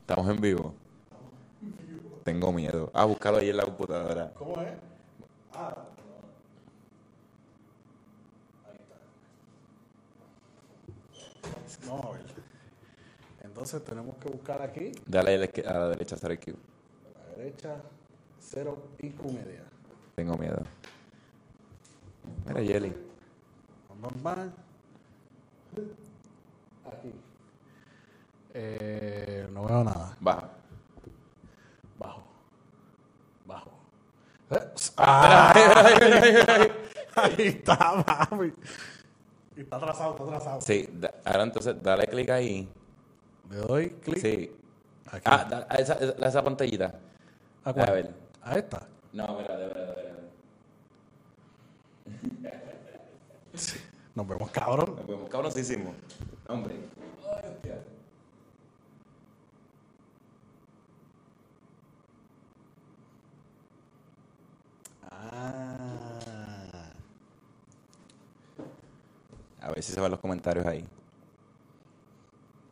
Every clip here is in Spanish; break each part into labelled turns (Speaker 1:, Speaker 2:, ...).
Speaker 1: Estamos en vivo. Tengo miedo. Ah, búscalo ahí en la computadora.
Speaker 2: ¿Cómo es? Ah, no. Ahí está. Vamos a ver. Entonces tenemos que buscar aquí,
Speaker 1: Dale a la izquier- a la derecha, hacer el cue.
Speaker 2: a la derecha, cero y comedia.
Speaker 1: Tengo miedo. Mira, Jelly.
Speaker 2: Vamos más. Aquí. Eh, no veo nada.
Speaker 1: Baja.
Speaker 2: Bajo. Bajo. Eh, ¡Ah! Ahí está, mami. Y Está atrasado, está atrasado.
Speaker 1: Sí, da- ahora entonces dale clic ahí.
Speaker 2: Le doy clic.
Speaker 1: Sí.
Speaker 2: Aquí.
Speaker 1: Ah, da- a esa, a esa pantallita.
Speaker 2: ¿A cuál?
Speaker 1: a ver.
Speaker 2: A esta.
Speaker 1: No, mira, de verdad, de verdad.
Speaker 2: Nos vemos, cabrón.
Speaker 1: Nos vemos cabroncísimo. Hombre. Ay, hostia.
Speaker 2: Ah.
Speaker 1: A ver si se van los comentarios ahí.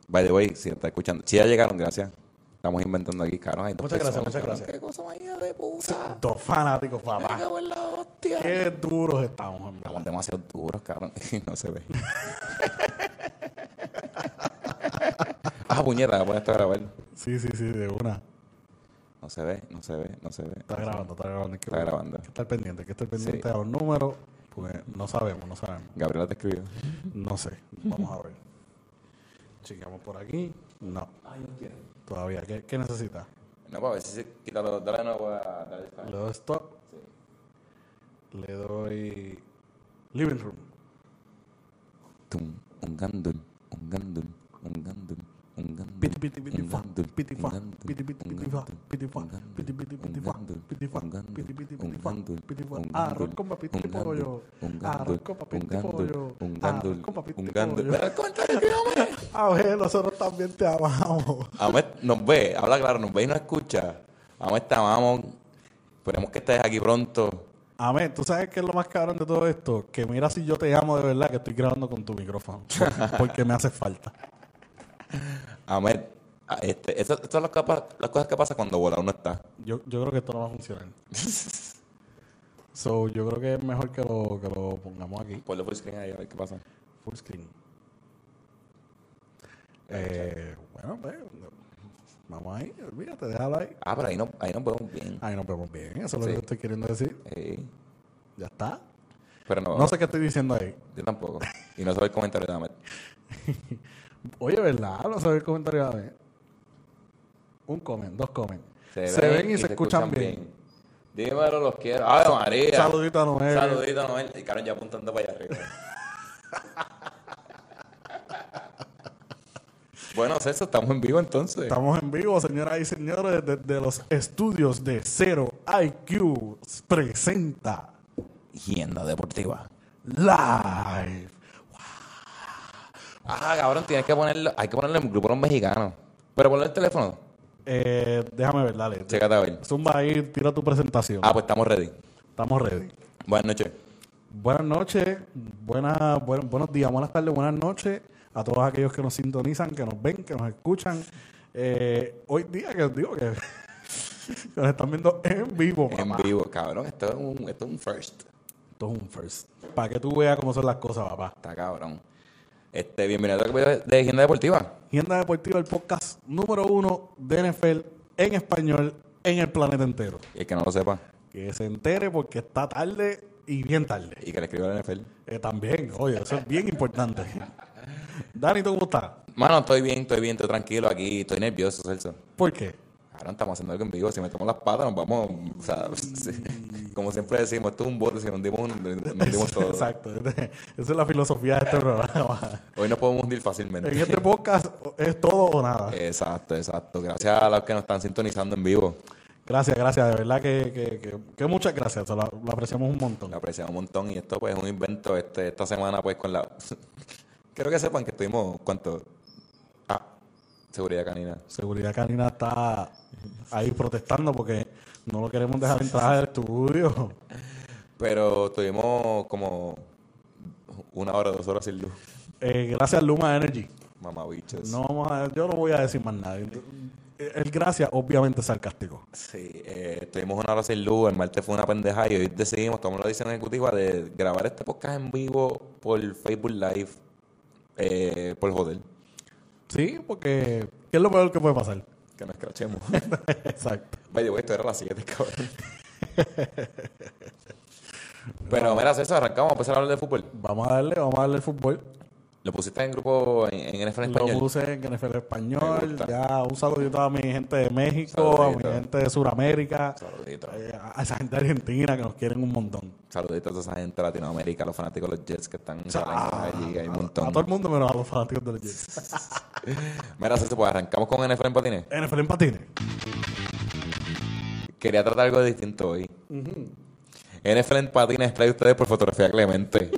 Speaker 1: By the way, si está escuchando. Si ya llegaron, gracias. Estamos inventando aquí, cabrón. hay dos
Speaker 2: Muchas gracias,
Speaker 1: personas, cabrón.
Speaker 2: muchas gracias.
Speaker 1: Qué cosa más hija de puta.
Speaker 2: Dos fanáticos,
Speaker 1: Me
Speaker 2: papá.
Speaker 1: cago en la hostia.
Speaker 2: Qué duros estamos, en verdad.
Speaker 1: Estamos demasiado duros, cabrón. no se ve. ah, puñeta, voy a esto a grabar.
Speaker 2: Sí, sí, sí, de una.
Speaker 1: No se ve, no se ve, no se ve.
Speaker 2: Está grabando, está grabando. Hay que-
Speaker 1: Está grabando.
Speaker 2: Hay que estar pendiente, hay que estar pendiente a los números, porque no sabemos, no sabemos.
Speaker 1: Gabriela te escribió.
Speaker 2: No sé, vamos a ver. Chequeamos por aquí. No, todavía. ¿Qué, qué necesita?
Speaker 1: No, para ver si se quita los dale de nuevo a dale
Speaker 2: Le
Speaker 1: espacio.
Speaker 2: doy stop,
Speaker 1: Sí.
Speaker 2: le doy living room.
Speaker 1: Tum, un gandul, un gandul, un gandul, un gandul.
Speaker 2: Piti, piti, piti,
Speaker 1: un
Speaker 2: fa,
Speaker 1: gandul,
Speaker 2: piti, fa,
Speaker 1: un gandul,
Speaker 2: piti, piti,
Speaker 1: un
Speaker 2: piti, fa,
Speaker 1: gandul,
Speaker 2: piti, fa,
Speaker 1: un gandul,
Speaker 2: piti, piti, piti,
Speaker 1: un
Speaker 2: fa,
Speaker 1: gandul,
Speaker 2: piti, fa,
Speaker 1: un gandul,
Speaker 2: piti, piti,
Speaker 1: un
Speaker 2: piti, fa,
Speaker 1: gandul,
Speaker 2: piti, fa. Ah,
Speaker 1: un
Speaker 2: Arroz
Speaker 1: gandul,
Speaker 2: con papita y
Speaker 1: un
Speaker 2: pollo. Ah,
Speaker 1: gandul, un
Speaker 2: Arroz
Speaker 1: gandul,
Speaker 2: con papita
Speaker 1: un gandul,
Speaker 2: y pollo. Ah,
Speaker 1: un
Speaker 2: Arroz
Speaker 1: gandul,
Speaker 2: con papita
Speaker 1: un
Speaker 2: y
Speaker 1: gandul.
Speaker 2: pollo.
Speaker 1: Pero, contra, que hombre.
Speaker 2: A ver, nosotros también te amamos.
Speaker 1: Ahmed nos ve, habla claro, nos ve y nos escucha. Ahmed te amamos. Esperemos que estés aquí pronto.
Speaker 2: Amén, tú sabes qué es lo más cabrón de todo esto, que mira si yo te amo de verdad que estoy grabando con tu micrófono, porque me hace falta.
Speaker 1: Ahmed, ah, este, esas esas son las, capa- las cosas que pasan cuando bola uno está.
Speaker 2: Yo, yo creo que esto no va a funcionar. So, yo creo que es mejor que lo, que lo pongamos aquí,
Speaker 1: Ponle full screen ahí a ver qué pasa.
Speaker 2: full screen. Eh, bueno, pues, vamos ahí, olvídate, déjalo ahí.
Speaker 1: Ah, pero ahí, no, ahí nos vemos bien.
Speaker 2: Ahí nos vemos bien, eso es lo
Speaker 1: Sí.
Speaker 2: que te estoy queriendo decir.
Speaker 1: Ey,
Speaker 2: Ya está.
Speaker 1: pero no,
Speaker 2: No sé qué estoy diciendo ahí.
Speaker 1: yo tampoco. Y no sé el comentario de Ahmed.
Speaker 2: Oye, ¿verdad? No sabes el comentario. a ver. Un comen, dos comen. Se, ven y se, escuchan, bien.
Speaker 1: Dímelo, los quiero. ¡Ay, María!
Speaker 2: Saludito a Noel.
Speaker 1: Saludito a Noel. Y Karen ya apuntando para allá arriba. bueno, Celso, estamos en vivo entonces.
Speaker 2: Estamos en vivo, señoras y señores, desde los estudios de Cero IQ. Presenta
Speaker 1: Hienda deportiva.
Speaker 2: Live.
Speaker 1: Ah, cabrón, tienes que ponerlo. Hay que ponerlo en el grupo de los mexicanos. Pero ponle el teléfono.
Speaker 2: Eh, déjame ver, dale.
Speaker 1: Chécate a ver.
Speaker 2: Zumba ahí, tira tu presentación.
Speaker 1: Ah, pues estamos ready.
Speaker 2: Estamos ready.
Speaker 1: Buenas noches.
Speaker 2: Buenas noches, buenas, buen- buenos días, buenas tardes, buenas noches a todos aquellos que nos sintonizan, que nos ven, que nos escuchan. Eh, hoy día que os digo que, que nos están viendo en vivo,
Speaker 1: En
Speaker 2: papá.
Speaker 1: vivo, cabrón. Esto es un, esto es un first.
Speaker 2: Esto es un first. Para que tú veas cómo son las cosas, papá.
Speaker 1: Está cabrón. Este, bienvenido al capítulo de Agenda Deportiva.
Speaker 2: Gienda Deportiva, el podcast número uno de NFL en español en el planeta entero.
Speaker 1: Y el que no lo sepa,
Speaker 2: Que se entere porque está tarde y bien tarde.
Speaker 1: y que le escriba a la NFL.
Speaker 2: Eh, también, oye, eso es bien importante. Dani, ¿tú cómo estás?
Speaker 1: Mano, estoy bien, estoy bien, estoy tranquilo aquí, estoy nervioso, Celso.
Speaker 2: ¿Por qué?
Speaker 1: Cabrón, estamos haciendo algo en vivo, si metemos las patas nos vamos, o sea, sí. como siempre decimos, esto es un bote, si nos dimos, un- nos dimos todo.
Speaker 2: Exacto. Esa es la filosofía de este programa.
Speaker 1: Hoy nos podemos hundir fácilmente.
Speaker 2: En este podcast es todo o nada.
Speaker 1: Eh. Exacto, exacto. Gracias a los que nos están sintonizando en vivo.
Speaker 2: Gracias, gracias. De verdad que, que, que- que muchas gracias. Se Lo, lo apreciamos un montón.
Speaker 1: Lo apreciamos un montón y esto pues es un invento este, esta semana pues con la... Quiero que sepan que estuvimos, ¿cuánto? Ah, seguridad canina.
Speaker 2: Seguridad Canina está ahí protestando porque no lo queremos dejar entrar al estudio.
Speaker 1: Pero estuvimos como una hora, dos horas sin luz.
Speaker 2: Eh, gracias, Luma Energy.
Speaker 1: mamabichos.
Speaker 2: No vamos a- yo no voy a decir más nada. El gracias, obviamente, es sarcástico.
Speaker 1: Sí, eh, estuvimos una hora sin luz, el martes fue una pendeja y hoy decidimos tomar la decisión ejecutiva de grabar este podcast en vivo por Facebook Live, eh, por joder,
Speaker 2: Sí, porque ¿qué es lo peor que puede pasar?
Speaker 1: que nos crachemos.
Speaker 2: Exacto.
Speaker 1: Vaya, güey, esto era la 7, cabrón. Pero mira, César, arrancamos, vamos a empezar a hablar de fútbol.
Speaker 2: Vamos a darle, vamos a darle el fútbol.
Speaker 1: Lo pusiste en grupo en, en NFL en
Speaker 2: Lo
Speaker 1: español.
Speaker 2: puse en NFL
Speaker 1: Me
Speaker 2: español.
Speaker 1: gusta.
Speaker 2: Ya un saludito a mi gente de México,
Speaker 1: Saludito.
Speaker 2: a mi gente de Sudamérica,
Speaker 1: Saludito.
Speaker 2: eh, a esa gente de Argentina que nos quieren un montón.
Speaker 1: Saluditos a toda esa gente de Latinoamérica, los fanáticos de los Jets que están
Speaker 2: Ah,
Speaker 1: saliendo allí, hay un
Speaker 2: a, a
Speaker 1: montón.
Speaker 2: todo el mundo menos a los fanáticos de los Jets.
Speaker 1: Mira, César, pues arrancamos con NFL en patines.
Speaker 2: NFL en patines.
Speaker 1: Quería tratar algo distinto hoy. NFL en patines trae ustedes por fotografía Clemente.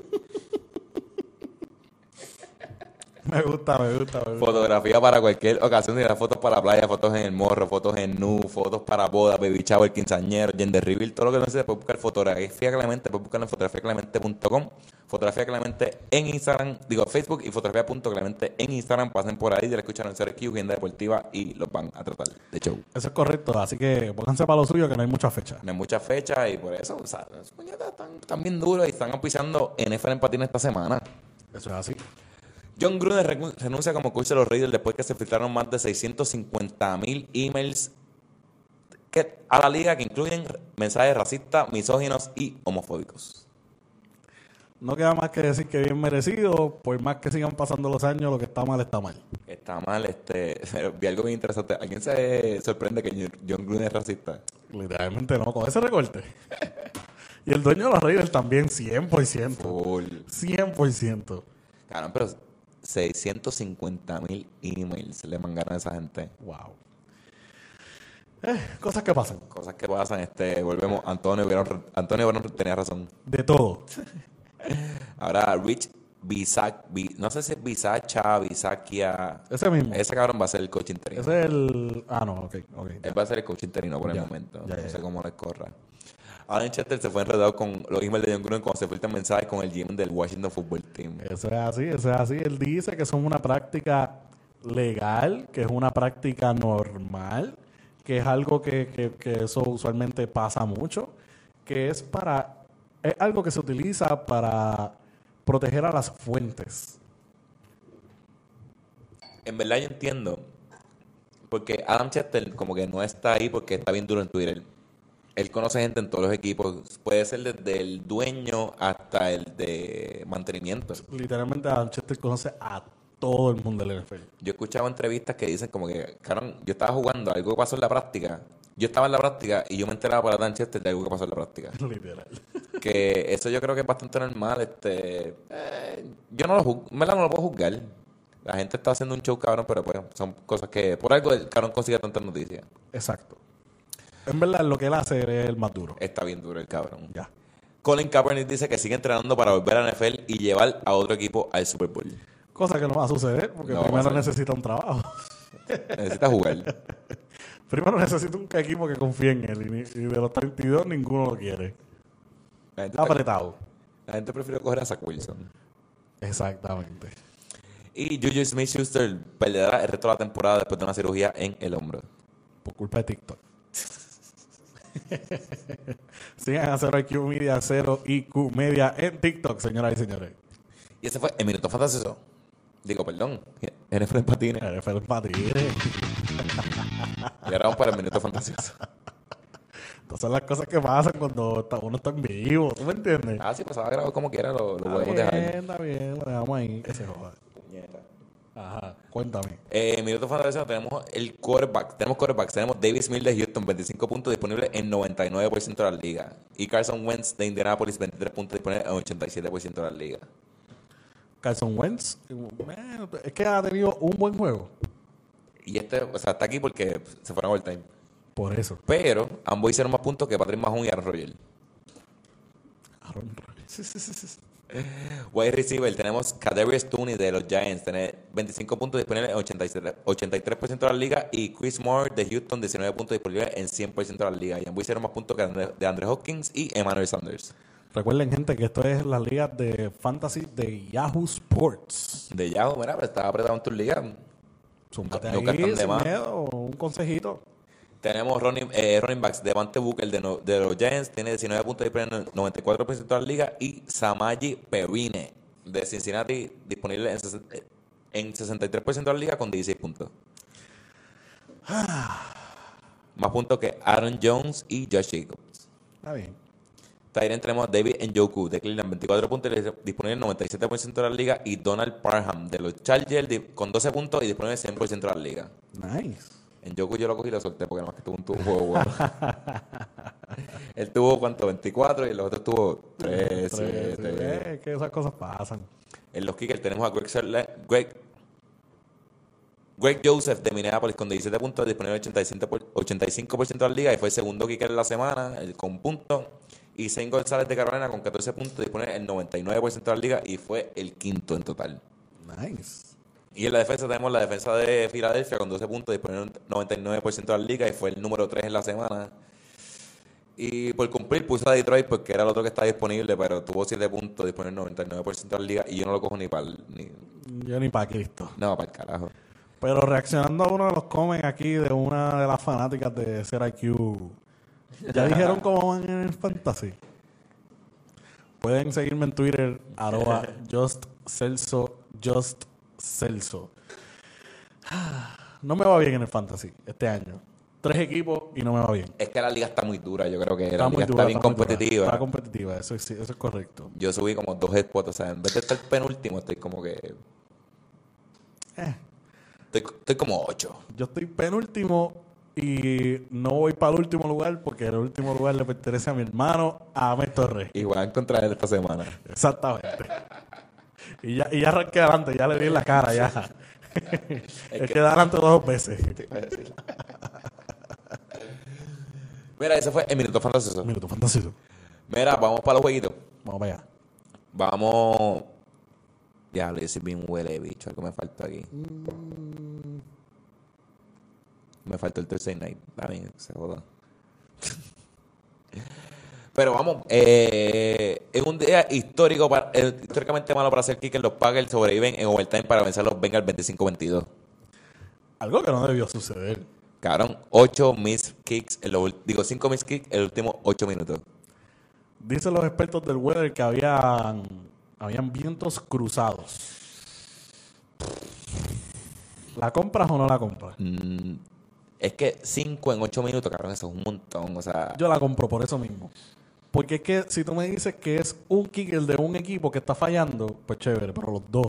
Speaker 2: Me gusta, me gusta, me gusta.
Speaker 1: fotografía para cualquier ocasión. Tiene fotos para la playa, fotos en el morro, fotos en nu, fotos para boda, baby shower, quinceañero, gender reveal, todo lo que no se puede buscar fotografía Clemente, puedes buscarlo en fotografiaclemente.com, fotografía Clemente en Instagram, digo Facebook y fotografía.clemente en Instagram. Pasen por ahí, le escucharon en CRQ, agenda deportiva y los van a tratar de show.
Speaker 2: Eso es correcto. Así que pónganse para lo suyo que no hay mucha fecha.
Speaker 1: en muchas fechas y por eso, o sea, las puñetas están, están bien duras y están auspiciando NFL en patina esta semana.
Speaker 2: Eso es así.
Speaker 1: John Gruden recu- renuncia como coach de los Raiders después que se filtraron más de 650 mil emails que- a la liga que incluyen mensajes racistas, misóginos y homofóbicos.
Speaker 2: No queda más que decir que bien merecido, por más que sigan pasando los años, lo que está mal está mal.
Speaker 1: Está mal, este, pero vi algo bien interesante. ¿Alguien se sorprende que John Gruden es racista?
Speaker 2: Literalmente no, con ese recorte. y el dueño de los Raiders también, 100%.
Speaker 1: Full.
Speaker 2: 100%.
Speaker 1: Caramba, pero 650 mil emails le mangaron a esa gente.
Speaker 2: Wow. Eh, cosas que pasan.
Speaker 1: Cosas que pasan, este, volvemos. Antonio Verón, Antonio Verón tenía razón.
Speaker 2: De todo.
Speaker 1: Ahora Rich Bisac, Bi- no sé si es Bisacha, Bisaquia.
Speaker 2: Ese mismo. Ese
Speaker 1: Ese cabrón va a ser el coach interino.
Speaker 2: es el. Ah, no, ok, ok.
Speaker 1: Él va a ser el coach interino por
Speaker 2: Ya,
Speaker 1: el momento.
Speaker 2: ya,
Speaker 1: no
Speaker 2: ya,
Speaker 1: sé
Speaker 2: ya.
Speaker 1: cómo le corra. Alan Chester se fue enredado con los emails de John Gruden cuando se filtran mensajes con el GM del Washington Football Team.
Speaker 2: Eso es así, eso es así. Él dice que son una práctica legal, que es una práctica normal, que es algo que, que- que eso usualmente pasa mucho, que es para, es algo que se utiliza para proteger a las fuentes.
Speaker 1: En verdad yo entiendo. Porque Adam Chester como que no está ahí porque está bien duro en Twitter. Él conoce gente en todos los equipos. Puede ser desde el dueño hasta el de mantenimiento.
Speaker 2: Literalmente Adam Chester conoce a todo el mundo del NFL.
Speaker 1: Yo he escuchado entrevistas que dicen como que, cabrón, yo estaba jugando, algo que pasó en la práctica. Yo estaba en la práctica y yo me enteraba por Adam Chester de algo que pasó en la práctica.
Speaker 2: Literal.
Speaker 1: que eso yo creo que es bastante normal. Este, eh, yo no lo juzgo, en verdad no lo puedo juzgar. La gente está haciendo un show, cabrón, pero pues son cosas que por algo el cabrón consigue tantas noticias.
Speaker 2: Exacto. En verdad lo que él hace es el más duro.
Speaker 1: Está bien duro el cabrón.
Speaker 2: Ya.
Speaker 1: Colin Kaepernick dice que sigue entrenando para volver a NFL y llevar a otro equipo al Super Bowl.
Speaker 2: Cosa que no va a suceder porque
Speaker 1: No va a
Speaker 2: primero
Speaker 1: pasar.
Speaker 2: necesita un trabajo.
Speaker 1: Necesita jugar.
Speaker 2: Primero necesito un equipo que confíe en él. y ni- Y, de los 32 ninguno lo quiere.
Speaker 1: La gente,
Speaker 2: Está apretado.
Speaker 1: la gente prefiere coger a Zach Wilson.
Speaker 2: Exactamente.
Speaker 1: Y Juju Smith-Schuster perderá el resto de la temporada después de una cirugía en el hombro.
Speaker 2: Por culpa de TikTok. Sigan a 0IQ Media, 0IQ Media en TikTok, señoras y señores.
Speaker 1: Y ese fue el minuto fantasioso. Digo, perdón. NFL en patines.
Speaker 2: NFL Patines.
Speaker 1: Y ahora vamos para el minuto fantasioso.
Speaker 2: Estas son las cosas que pasan cuando está- uno está en vivo. ¿Tú me entiendes?
Speaker 1: Ah, sí, pasaba grabado como quiera, lo, lo
Speaker 2: está
Speaker 1: podemos
Speaker 2: bien,
Speaker 1: dejar.
Speaker 2: está bien. Lo dejamos ahí. Que se joda. Ajá. Cuéntame.
Speaker 1: Eh, minuto fantasioso, tenemos el quarterback. Tenemos quarterbacks. Tenemos Davis Mills de Houston, 25 puntos disponibles en 99% de la liga. Y Carson Wentz de Indianapolis, 23 puntos disponibles en 87% de la liga.
Speaker 2: Carson Wentz. eh, Es que ha tenido un buen juego.
Speaker 1: Y este, o sea, está aquí porque se fueron all time.
Speaker 2: Por eso.
Speaker 1: Pero ambos hicieron más puntos que Patrick Mahomes y Aaron Rodgers.
Speaker 2: Aaron Rodgers.
Speaker 1: Wide receiver, tenemos Kadarius Tooney de los Giants, tiene 25 puntos disponibles en 87 83% de la liga y Chris Moore de Houston, 19 puntos disponibles en 100% de la liga. Y ambos hicieron más puntos que Andre- de Andre Hopkins y Emmanuel Sanders.
Speaker 2: Recuerden, gente, que esto es las ligas de fantasy de Yahoo Sports.
Speaker 1: De Yahoo, mira, pero estás apretado en tus ligas.
Speaker 2: Zúmbate
Speaker 1: Yo
Speaker 2: ahí,
Speaker 1: cartón de
Speaker 2: sin
Speaker 1: más.
Speaker 2: miedo, un consejito.
Speaker 1: Tenemos running, eh, running backs Devante Booker de, no- de los Giants, tiene 19 puntos de IPR en el 94% de la liga. Y Samaji Pevine de Cincinnati, disponible en, 60 en 63% de la liga con 16 puntos. Más puntos que Aaron Jones y Josh Jacobs.
Speaker 2: Está bien.
Speaker 1: También tenemos a David Njoku de Cleveland, 24 puntos y disponible en 97% de la liga. Y Donald Parham de los Chargers di- con 12 puntos y disponible en 100% de la liga.
Speaker 2: Nice.
Speaker 1: En Yoku yo lo cogí y lo solté porque nada más que tuvo un tubo bueno. Él tuvo cuánto, 24 y el otro tuvo 13.
Speaker 2: Tres, eh, que esas cosas pasan.
Speaker 1: En los kickers tenemos a Greg, Serle- Greg, Greg Joseph de Minneapolis con 17 puntos, disponible en 85%, por- 85% de la liga y fue el segundo kicker de la semana el, con puntos. Y Zane González de Carolina con 14 puntos, disponible en 99% de la liga y fue el quinto en total.
Speaker 2: Nice.
Speaker 1: Y en la defensa tenemos la defensa de Filadelfia con 12 puntos, disponible en un 99% de la liga y fue el número 3 en la semana. Y por cumplir puse a Detroit porque era el otro que estaba disponible, pero tuvo 7 puntos, disponible en el 99% de la liga y yo no lo cojo ni para ni,
Speaker 2: Yo ni para Cristo.
Speaker 1: no, para el carajo.
Speaker 2: Pero reaccionando a uno de los comments aquí de una de las fanáticas de CRQ. Ya dijeron cómo van en el fantasy. Pueden seguirme en Twitter, arroba justcelso, justcelso. No me va bien en el fantasy este año. Tres equipos y no me va bien.
Speaker 1: Es que la liga está muy dura, yo creo que la
Speaker 2: Está muy
Speaker 1: liga
Speaker 2: dura,
Speaker 1: está bien
Speaker 2: está muy dura.
Speaker 1: competitiva.
Speaker 2: Está competitiva, eso, es- eso es correcto.
Speaker 1: Yo subí como dos spots, o sea, en vez de estar penúltimo estoy como que...
Speaker 2: Eh.
Speaker 1: Estoy, estoy como 8.
Speaker 2: Yo estoy penúltimo y no voy para el último lugar porque el último lugar le pertenece a mi hermano, a Ames Torres.
Speaker 1: Y voy a encontrar él esta semana.
Speaker 2: Exactamente. Y ya, y ya arranqué adelante, ya le vi en la cara, ya. es que pues, da adelante dos veces.
Speaker 1: Mira, ese fue el minuto fantasioso.
Speaker 2: Minuto fantástico.
Speaker 1: Mira, vamos para los jueguitos.
Speaker 2: Vamos para allá.
Speaker 1: Vamos. Ya, le hice bien huele de bicho. Algo me falta aquí. Me faltó el Thursday night. Está bien, se joda. Pero vamos, eh, es un día histórico, para, eh, históricamente malo para hacer kicker. Los Packers sobreviven en overtime para vencer a los Bengals 25-22.
Speaker 2: Algo que no debió suceder.
Speaker 1: Cabrón, 8 miss kicks, en los ul- digo 5 miss kicks en los últimos 8 minutos.
Speaker 2: Dicen los expertos del weather que habían, habían vientos cruzados. ¿La compras o no la compras?
Speaker 1: Mm, es que 5 en 8 minutos, cabrón, eso es un montón. O sea,
Speaker 2: Yo la compro por eso mismo. Porque es que si tú me dices que es un kicker de un equipo que está fallando, pues chévere, pero los dos.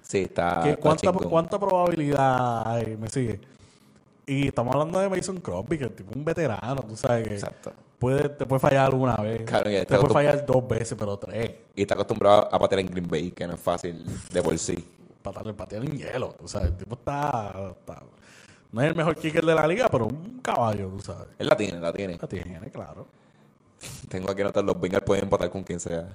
Speaker 1: Sí, está. Ah,
Speaker 2: ¿Qué-
Speaker 1: está
Speaker 2: cuánta,
Speaker 1: chingón.
Speaker 2: cuánta probabilidad hay? Me sigue. Y estamos hablando de Mason Crosby, que es tipo un veterano, tú sabes que
Speaker 1: Exacto.
Speaker 2: puede, te puede fallar alguna vez.
Speaker 1: Claro, y
Speaker 2: te
Speaker 1: este
Speaker 2: puede
Speaker 1: otro-
Speaker 2: fallar dos veces, pero tres.
Speaker 1: Y está acostumbrado a patear en Green Bay, que no es fácil de por sí.
Speaker 2: Patear, patear en hielo, tú sabes. El tipo está, está- No es el mejor kicker de la liga, pero un caballo, tú sabes.
Speaker 1: Él la tiene, la tiene.
Speaker 2: La tiene, claro.
Speaker 1: Tengo aquí anotar, los Bengals pueden empatar con quien sea.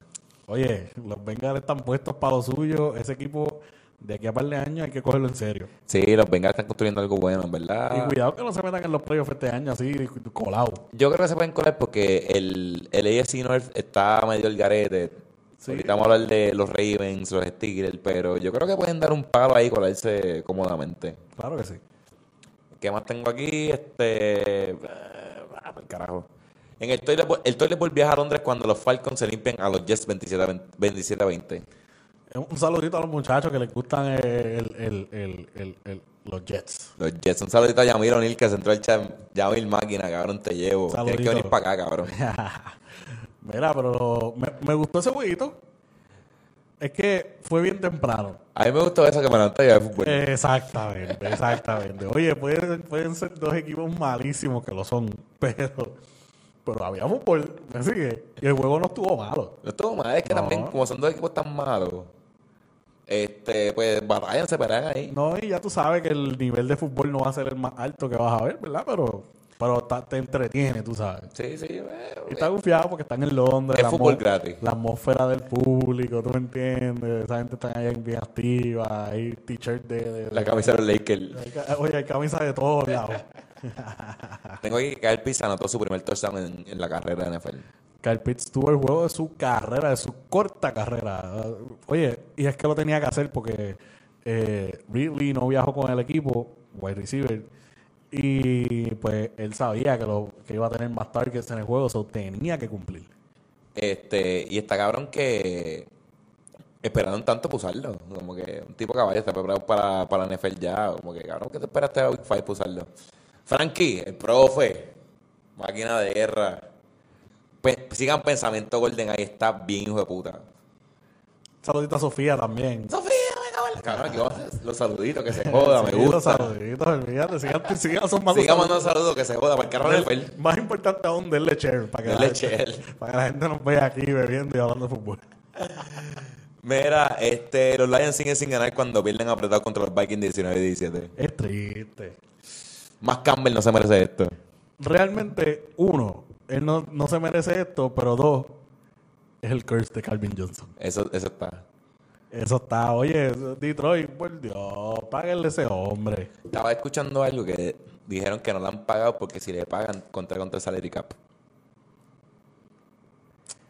Speaker 2: Oye, los Bengals están puestos para lo suyo. Ese equipo de aquí a par de años hay que cogerlo en serio.
Speaker 1: Sí, los Bengals están construyendo algo bueno, en
Speaker 2: Y
Speaker 1: verdad.
Speaker 2: cuidado que no se metan en los playoffs este año así, colado.
Speaker 1: Yo creo que se pueden colar porque el, el AFC North está medio el garete.
Speaker 2: Sí.
Speaker 1: Ahorita vamos a hablar de los Ravens, los Steelers, pero yo creo que pueden dar un palo ahí y colarse cómodamente.
Speaker 2: Claro que sí.
Speaker 1: ¿Qué más tengo aquí? Este. Ah, por carajo. En el toilet, Bowl- el toilet Bowl viaja a Londres cuando los Falcons se limpian a los Jets 27 20
Speaker 2: Un saludito a los muchachos que les gustan el- el- el- el- el- los Jets.
Speaker 1: Los Jets, un saludito a Yamil O'Neill que se entró el chat. Yamil Máquina, cabrón, te llevo. Tienes que
Speaker 2: Saludito.
Speaker 1: venir para acá, cabrón.
Speaker 2: Mira, pero me, me gustó ese jueguito. Es que fue bien temprano.
Speaker 1: A mí me gustó eso que me levanté de fútbol.
Speaker 2: Eh. Exactamente, exactamente. Oye, pueden, pueden ser dos equipos malísimos que lo son, pero, pero había fútbol, ¿me sigue? Y el juego no estuvo malo.
Speaker 1: No estuvo mal, es que
Speaker 2: No.
Speaker 1: también, como son dos equipos tan malos, este, pues batallan, se pelean ahí.
Speaker 2: No, y ya tú sabes que el nivel de fútbol no va a ser el más alto que vas a ver, ¿verdad? Pero, pero ta- te entretiene, tú sabes.
Speaker 1: Sí, sí, eh,
Speaker 2: Y está confiado porque están en Londres.
Speaker 1: Es
Speaker 2: la
Speaker 1: fútbol
Speaker 2: atmo-
Speaker 1: gratis.
Speaker 2: La atmósfera del público, ¿tú me entiendes? Esa gente está ahí bien activa, hay t-shirt de... de-
Speaker 1: la
Speaker 2: de-
Speaker 1: camisa de los Lakers.
Speaker 2: hay ca- Oye, hay camisas de todos lados. Ah.
Speaker 1: Tengo aquí que Kyle Pizza anotó su primer touchdown en, en la carrera de NFL.
Speaker 2: Kyle Pitts tuvo el juego de su carrera, de su corta carrera. Oye, y es que lo tenía que hacer porque eh, Ridley no viajó con el equipo, wide receiver. Y pues él sabía que, lo, que iba a tener más targets en el juego, eso tenía que cumplir.
Speaker 1: Este, y está cabrón que esperaron tanto para usarlo. Como que un tipo caballo está preparado para, para la NFL ya. Como que cabrón, ¿qué te esperaste a Week 5 para usarlo? Frankie, el profe, máquina de guerra. Pe- sigan pensamiento Golden, ahí está bien, hijo de puta.
Speaker 2: Saludito a Sofía también.
Speaker 1: Sofía, me cago en la- Cabrón, aquí vamos a hacer los saluditos, que se joda, me
Speaker 2: Sí, los
Speaker 1: gusta.
Speaker 2: Saluditos, olvídate. Sigan, sigan son más
Speaker 1: Sigan mandando saludos, que se joda, para el carro de NFL.
Speaker 2: Más importante aún, denle share. Para que, la
Speaker 1: Denle
Speaker 2: gente-
Speaker 1: share.
Speaker 2: para que la gente nos vea aquí bebiendo y hablando de fútbol.
Speaker 1: Mira, este, los Lions siguen sin ganar cuando pierden apretados contra los Vikings 19 y 17.
Speaker 2: Es triste.
Speaker 1: Más Campbell no se merece esto.
Speaker 2: Realmente, uno, él no, no se merece esto, pero dos, es el curse de Calvin Johnson.
Speaker 1: Eso, eso está.
Speaker 2: Eso está, oye, Detroit, por Dios, páguenle a ese hombre.
Speaker 1: Estaba escuchando algo que dijeron que no lo han pagado porque si le pagan contra contra el salary cap.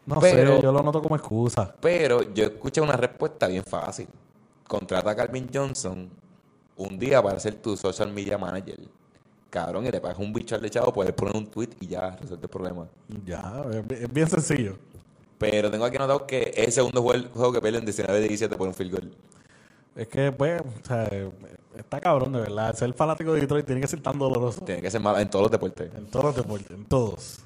Speaker 2: No
Speaker 1: Pero-
Speaker 2: sé, yo lo noto como excusa.
Speaker 1: Pero yo escuché una respuesta bien fácil. Contrata a Calvin Johnson un día para ser tu social media manager. Cabrón, y le pagas un bicho al echado, puedes poner un tweet y ya resuelve el problema.
Speaker 2: Ya, es bi- es bien sencillo.
Speaker 1: Pero tengo aquí anotado que es el segundo juego, juego que pierden 19-17 por un field goal.
Speaker 2: Es que, pues, o sea, está cabrón, de verdad. Ser fanático de Detroit tiene que ser tan doloroso.
Speaker 1: Tiene que ser malo en todos los deportes.
Speaker 2: En todos los deportes, en todos.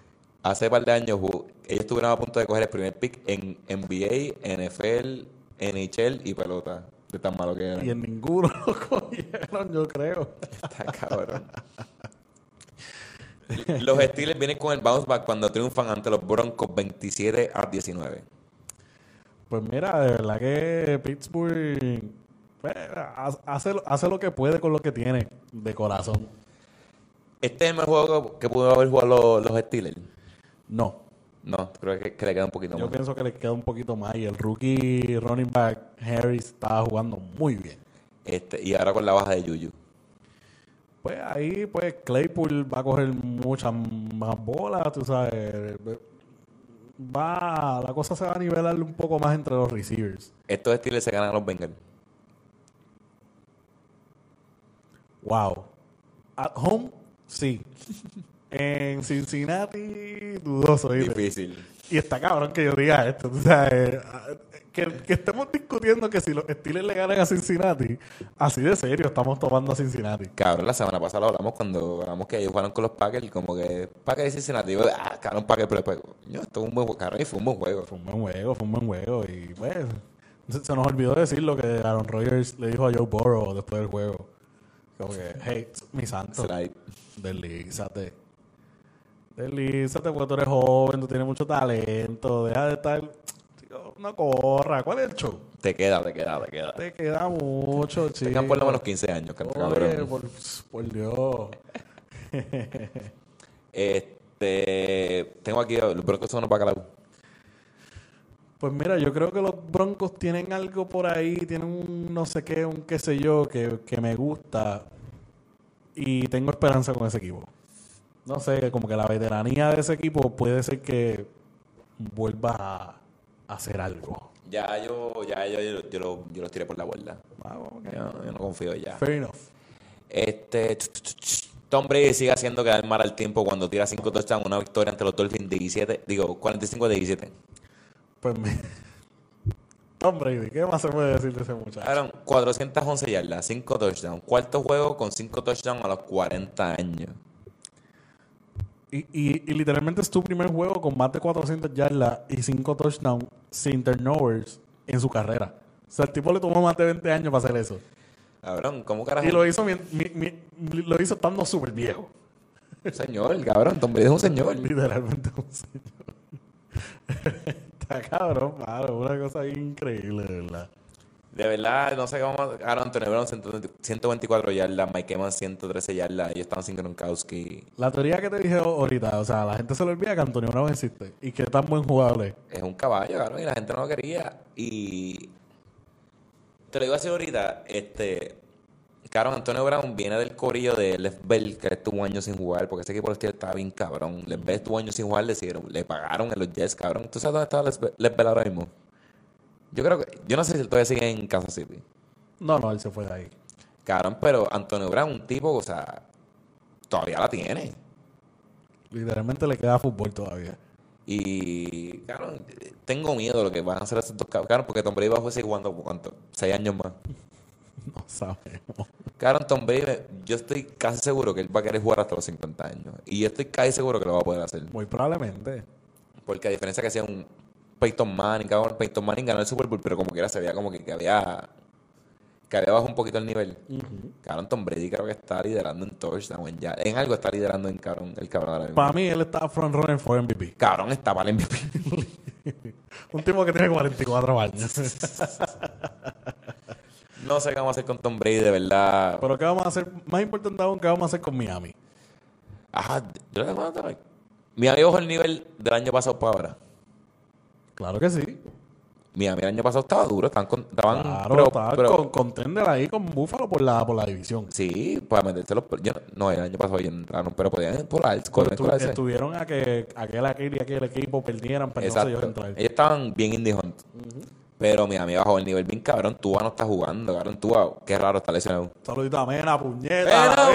Speaker 1: Hace par de años ju- ellos estuvieron a punto de coger el primer pick en NBA, NFL, NHL y pelota. De tan malo que eran.
Speaker 2: Y en ninguno lo cogieron, yo creo.
Speaker 1: Está cabrón. Los Steelers vienen con el bounce back cuando triunfan ante los Broncos 27 a 19.
Speaker 2: Pues mira, de verdad que Pittsburgh pues, ha- hace, lo- hace lo que puede con lo que tiene de corazón.
Speaker 1: Este es el mejor juego que pudo haber jugado los, los Steelers.
Speaker 2: No,
Speaker 1: No, creo que, que le queda un poquito
Speaker 2: yo
Speaker 1: más.
Speaker 2: pienso que le queda un poquito más y el rookie running back Harris estaba jugando muy bien.
Speaker 1: Este, y ahora con la baja de Yuyu.
Speaker 2: Pues ahí, pues Claypool va a coger muchas más bolas, tú sabes. Va, la cosa se va a nivelar un poco más entre los receivers.
Speaker 1: Estos Steelers se ganan a los Bengals.
Speaker 2: Wow. At home, sí. en Cincinnati, dudoso. ¿oíste?
Speaker 1: Difícil.
Speaker 2: Y está cabrón que yo diga esto. tú sabes, que, que estemos discutiendo que si los Steelers le ganan a Cincinnati, así de serio estamos tomando a Cincinnati.
Speaker 1: Cabrón, la semana pasada lo hablamos cuando hablamos que ellos jugaron con los Packers. Como que Packers y Cincinnati. yo, Ah, cabrón, Packers. Pero después, coño, esto es un buen juego. Cabrón, y fue un buen juego.
Speaker 2: Fue un buen juego, fue un buen juego. Y pues, se, se nos olvidó decir lo que Aaron Rodgers le dijo a Joe Burrow después del juego. Como que, hey, mi santo,
Speaker 1: Slide.
Speaker 2: deslízate. Deslízate porque tú eres joven, tú tienes mucho talento, deja de estar... Tío, no corra, ¿cuál es el show?
Speaker 1: Te queda, te queda, te queda.
Speaker 2: Te queda mucho, chico.
Speaker 1: Tengan por lo menos 15 años,
Speaker 2: Oye, pues.
Speaker 1: cabrón.
Speaker 2: por, por Dios.
Speaker 1: Este, tengo aquí los Broncos son los bacalaos.
Speaker 2: Pues mira, yo creo que los Broncos tienen algo por ahí, tienen un no sé qué, un qué sé yo, que, que me gusta. Y tengo esperanza con ese equipo. No sé, como que la veteranía de ese equipo puede ser que vuelva a a hacer algo.
Speaker 1: Ya yo, ya yo, yo, yo lo- yo los tiré por la borda.
Speaker 2: Vamos,
Speaker 1: Yo, no- yo no confío ya.
Speaker 2: Ah, Fair enough.
Speaker 1: Este, ch- ch- ch- Tom Brady sigue haciendo quedar mal al tiempo cuando tira 5 touchdowns, una victoria ante los Dolphins 17, digo, 45 de 17.
Speaker 2: Pues mi- Tom Brady, ¿qué más se puede decir de ese muchacho?
Speaker 1: Aaron, 411 yardas, 5 touchdowns, cuarto juego con 5 touchdowns a los 40 años.
Speaker 2: Y, y, y literalmente es tu primer juego con más de 400 yardas y 5 touchdowns sin turnovers en su carrera. O sea, el tipo le tomó más de 20 años para hacer eso.
Speaker 1: Cabrón, ¿cómo carajo?
Speaker 2: Y lo hizo, mien- mi- mi- lo hizo estando súper viejo.
Speaker 1: Señor, cabrón, Tom Brady es un señor.
Speaker 2: Literalmente un señor. Está cabrón, mano. Una cosa increíble, de verdad.
Speaker 1: De verdad, no sé cómo. Aaron Antonio Brown, 124 yardas. Mike Evans, 113 yardas. Ellos estaban sin Gronkowski.
Speaker 2: La teoría que te dije ahorita, o sea, la gente se le olvida que Antonio Brown existe y que tan buen jugador es.
Speaker 1: Es un caballo, cabrón, y la gente no lo quería. Y. Te lo iba a decir ahorita, este. Cabrón, Antonio Brown viene del corillo de Les Bell, que estuvo un año sin jugar, porque ese equipo de los Steelers estaba bien cabrón. Les Bell estuvo un año sin jugar, le, siguieron- le pagaron a los Jets, cabrón. ¿Tú sabes dónde estaba Les Bell, Les Bell ahora mismo? Yo creo que, yo no sé si él todavía sigue en Kansas City.
Speaker 2: No, no, él se fue de ahí.
Speaker 1: Cabrón, pero Antonio Brown, un tipo, o sea, todavía la tiene.
Speaker 2: Literalmente le queda fútbol todavía.
Speaker 1: Y, cabrón, tengo miedo de lo que van a hacer esos dos cabrones, cabrón, porque Tom Brady va a jugar así, ¿cuánto? ¿Cuánto? Seis años más.
Speaker 2: No sabemos.
Speaker 1: Cabrón, Tom Brady, yo estoy casi seguro que él va a querer jugar hasta los 50 años. Y yo estoy casi seguro que lo va a poder hacer.
Speaker 2: Muy probablemente.
Speaker 1: Porque a diferencia que sea un Peyton Manning, cabrón, Peyton Manning ganó el Super Bowl, pero como quiera se veía como que, que había que había bajado un poquito el nivel. Cabrón, Tom Brady creo que está liderando en touchdown, en, ya, en algo está liderando en cabrón, el cabrón ahora mismo.
Speaker 2: Para mí, él está frontrunner for MVP.
Speaker 1: Cabrón, está para el MVP.
Speaker 2: Un tipo que tiene 44 años.
Speaker 1: No sé qué vamos a hacer con Tom Brady, de verdad.
Speaker 2: Pero ¿qué vamos a hacer? Más importante aún, ¿qué vamos a hacer con Miami?
Speaker 1: Ajá, yo le tengo otra. Miami bajó el nivel del año pasado para ahora.
Speaker 2: Claro que sí.
Speaker 1: Miami el año pasado estaba duro, estaban, con- estaban
Speaker 2: Claro,
Speaker 1: pero-
Speaker 2: estaba
Speaker 1: pero- Pues,
Speaker 2: con contender ahí con Búfalo por la, por la división.
Speaker 1: Sí, para meterse los. Yo, no, el año pasado ya entraron, pero podían por alto, correr
Speaker 2: Estu-
Speaker 1: por alto.
Speaker 2: estuvieron a que aquel, aquel y aquel equipo perdieran pues, para
Speaker 1: Exacto. Eh,
Speaker 2: entonces ellos entrar.
Speaker 1: Ellos estaban bien indie hunt. Pero mi amiga bajó el nivel bien cabrón. Tuba no está jugando, cabrón. Tuba, qué raro está lesionado.
Speaker 2: Saludito a Mena, puñeta.
Speaker 1: ¡Mena,
Speaker 2: la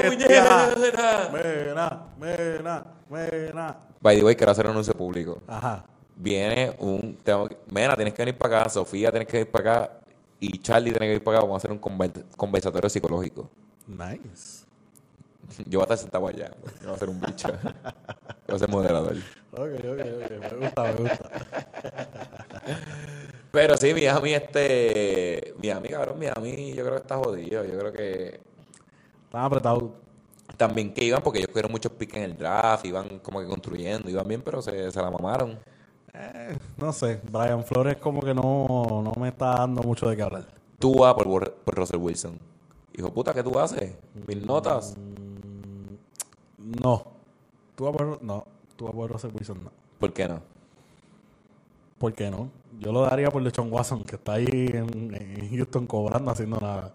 Speaker 1: puñeta!
Speaker 2: bestia. Mena, Mena, Mena.
Speaker 1: By the way, quiero hacer un anuncio público.
Speaker 2: Ajá.
Speaker 1: Viene un. Tengo, que- Mena, tienes que venir para acá. Sofía, tienes que venir para acá. Y Charlie, tienes que venir para acá. Vamos a hacer un conver- conversatorio psicológico.
Speaker 2: Nice.
Speaker 1: Yo voy a estar sentado allá. porque Yo voy a ser un bicho. Yo voy a ser moderador.
Speaker 2: Ok, ok, ok. Me gusta, me gusta.
Speaker 1: Pero sí, Miami, este. Miami, cabrón, Miami, yo creo que está jodido. Yo creo que.
Speaker 2: Están apretados.
Speaker 1: También que iban, porque ellos cogieron muchos piques en el draft, iban como que construyendo, iban bien, pero se, se la mamaron.
Speaker 2: Eh, no sé. Brian Flores como que no, no me está dando mucho de qué hablar.
Speaker 1: Tú vas por, Bor- por Russell Wilson. Hijo puta, ¿qué tú haces? Mil notas.
Speaker 2: No. Tú vas a poder... No. Tú vas a poder Russell Wilson, no.
Speaker 1: ¿Por qué no?
Speaker 2: ¿Por qué no? Yo lo daría por Lechon Watson, que está ahí en, en Houston cobrando, haciendo nada.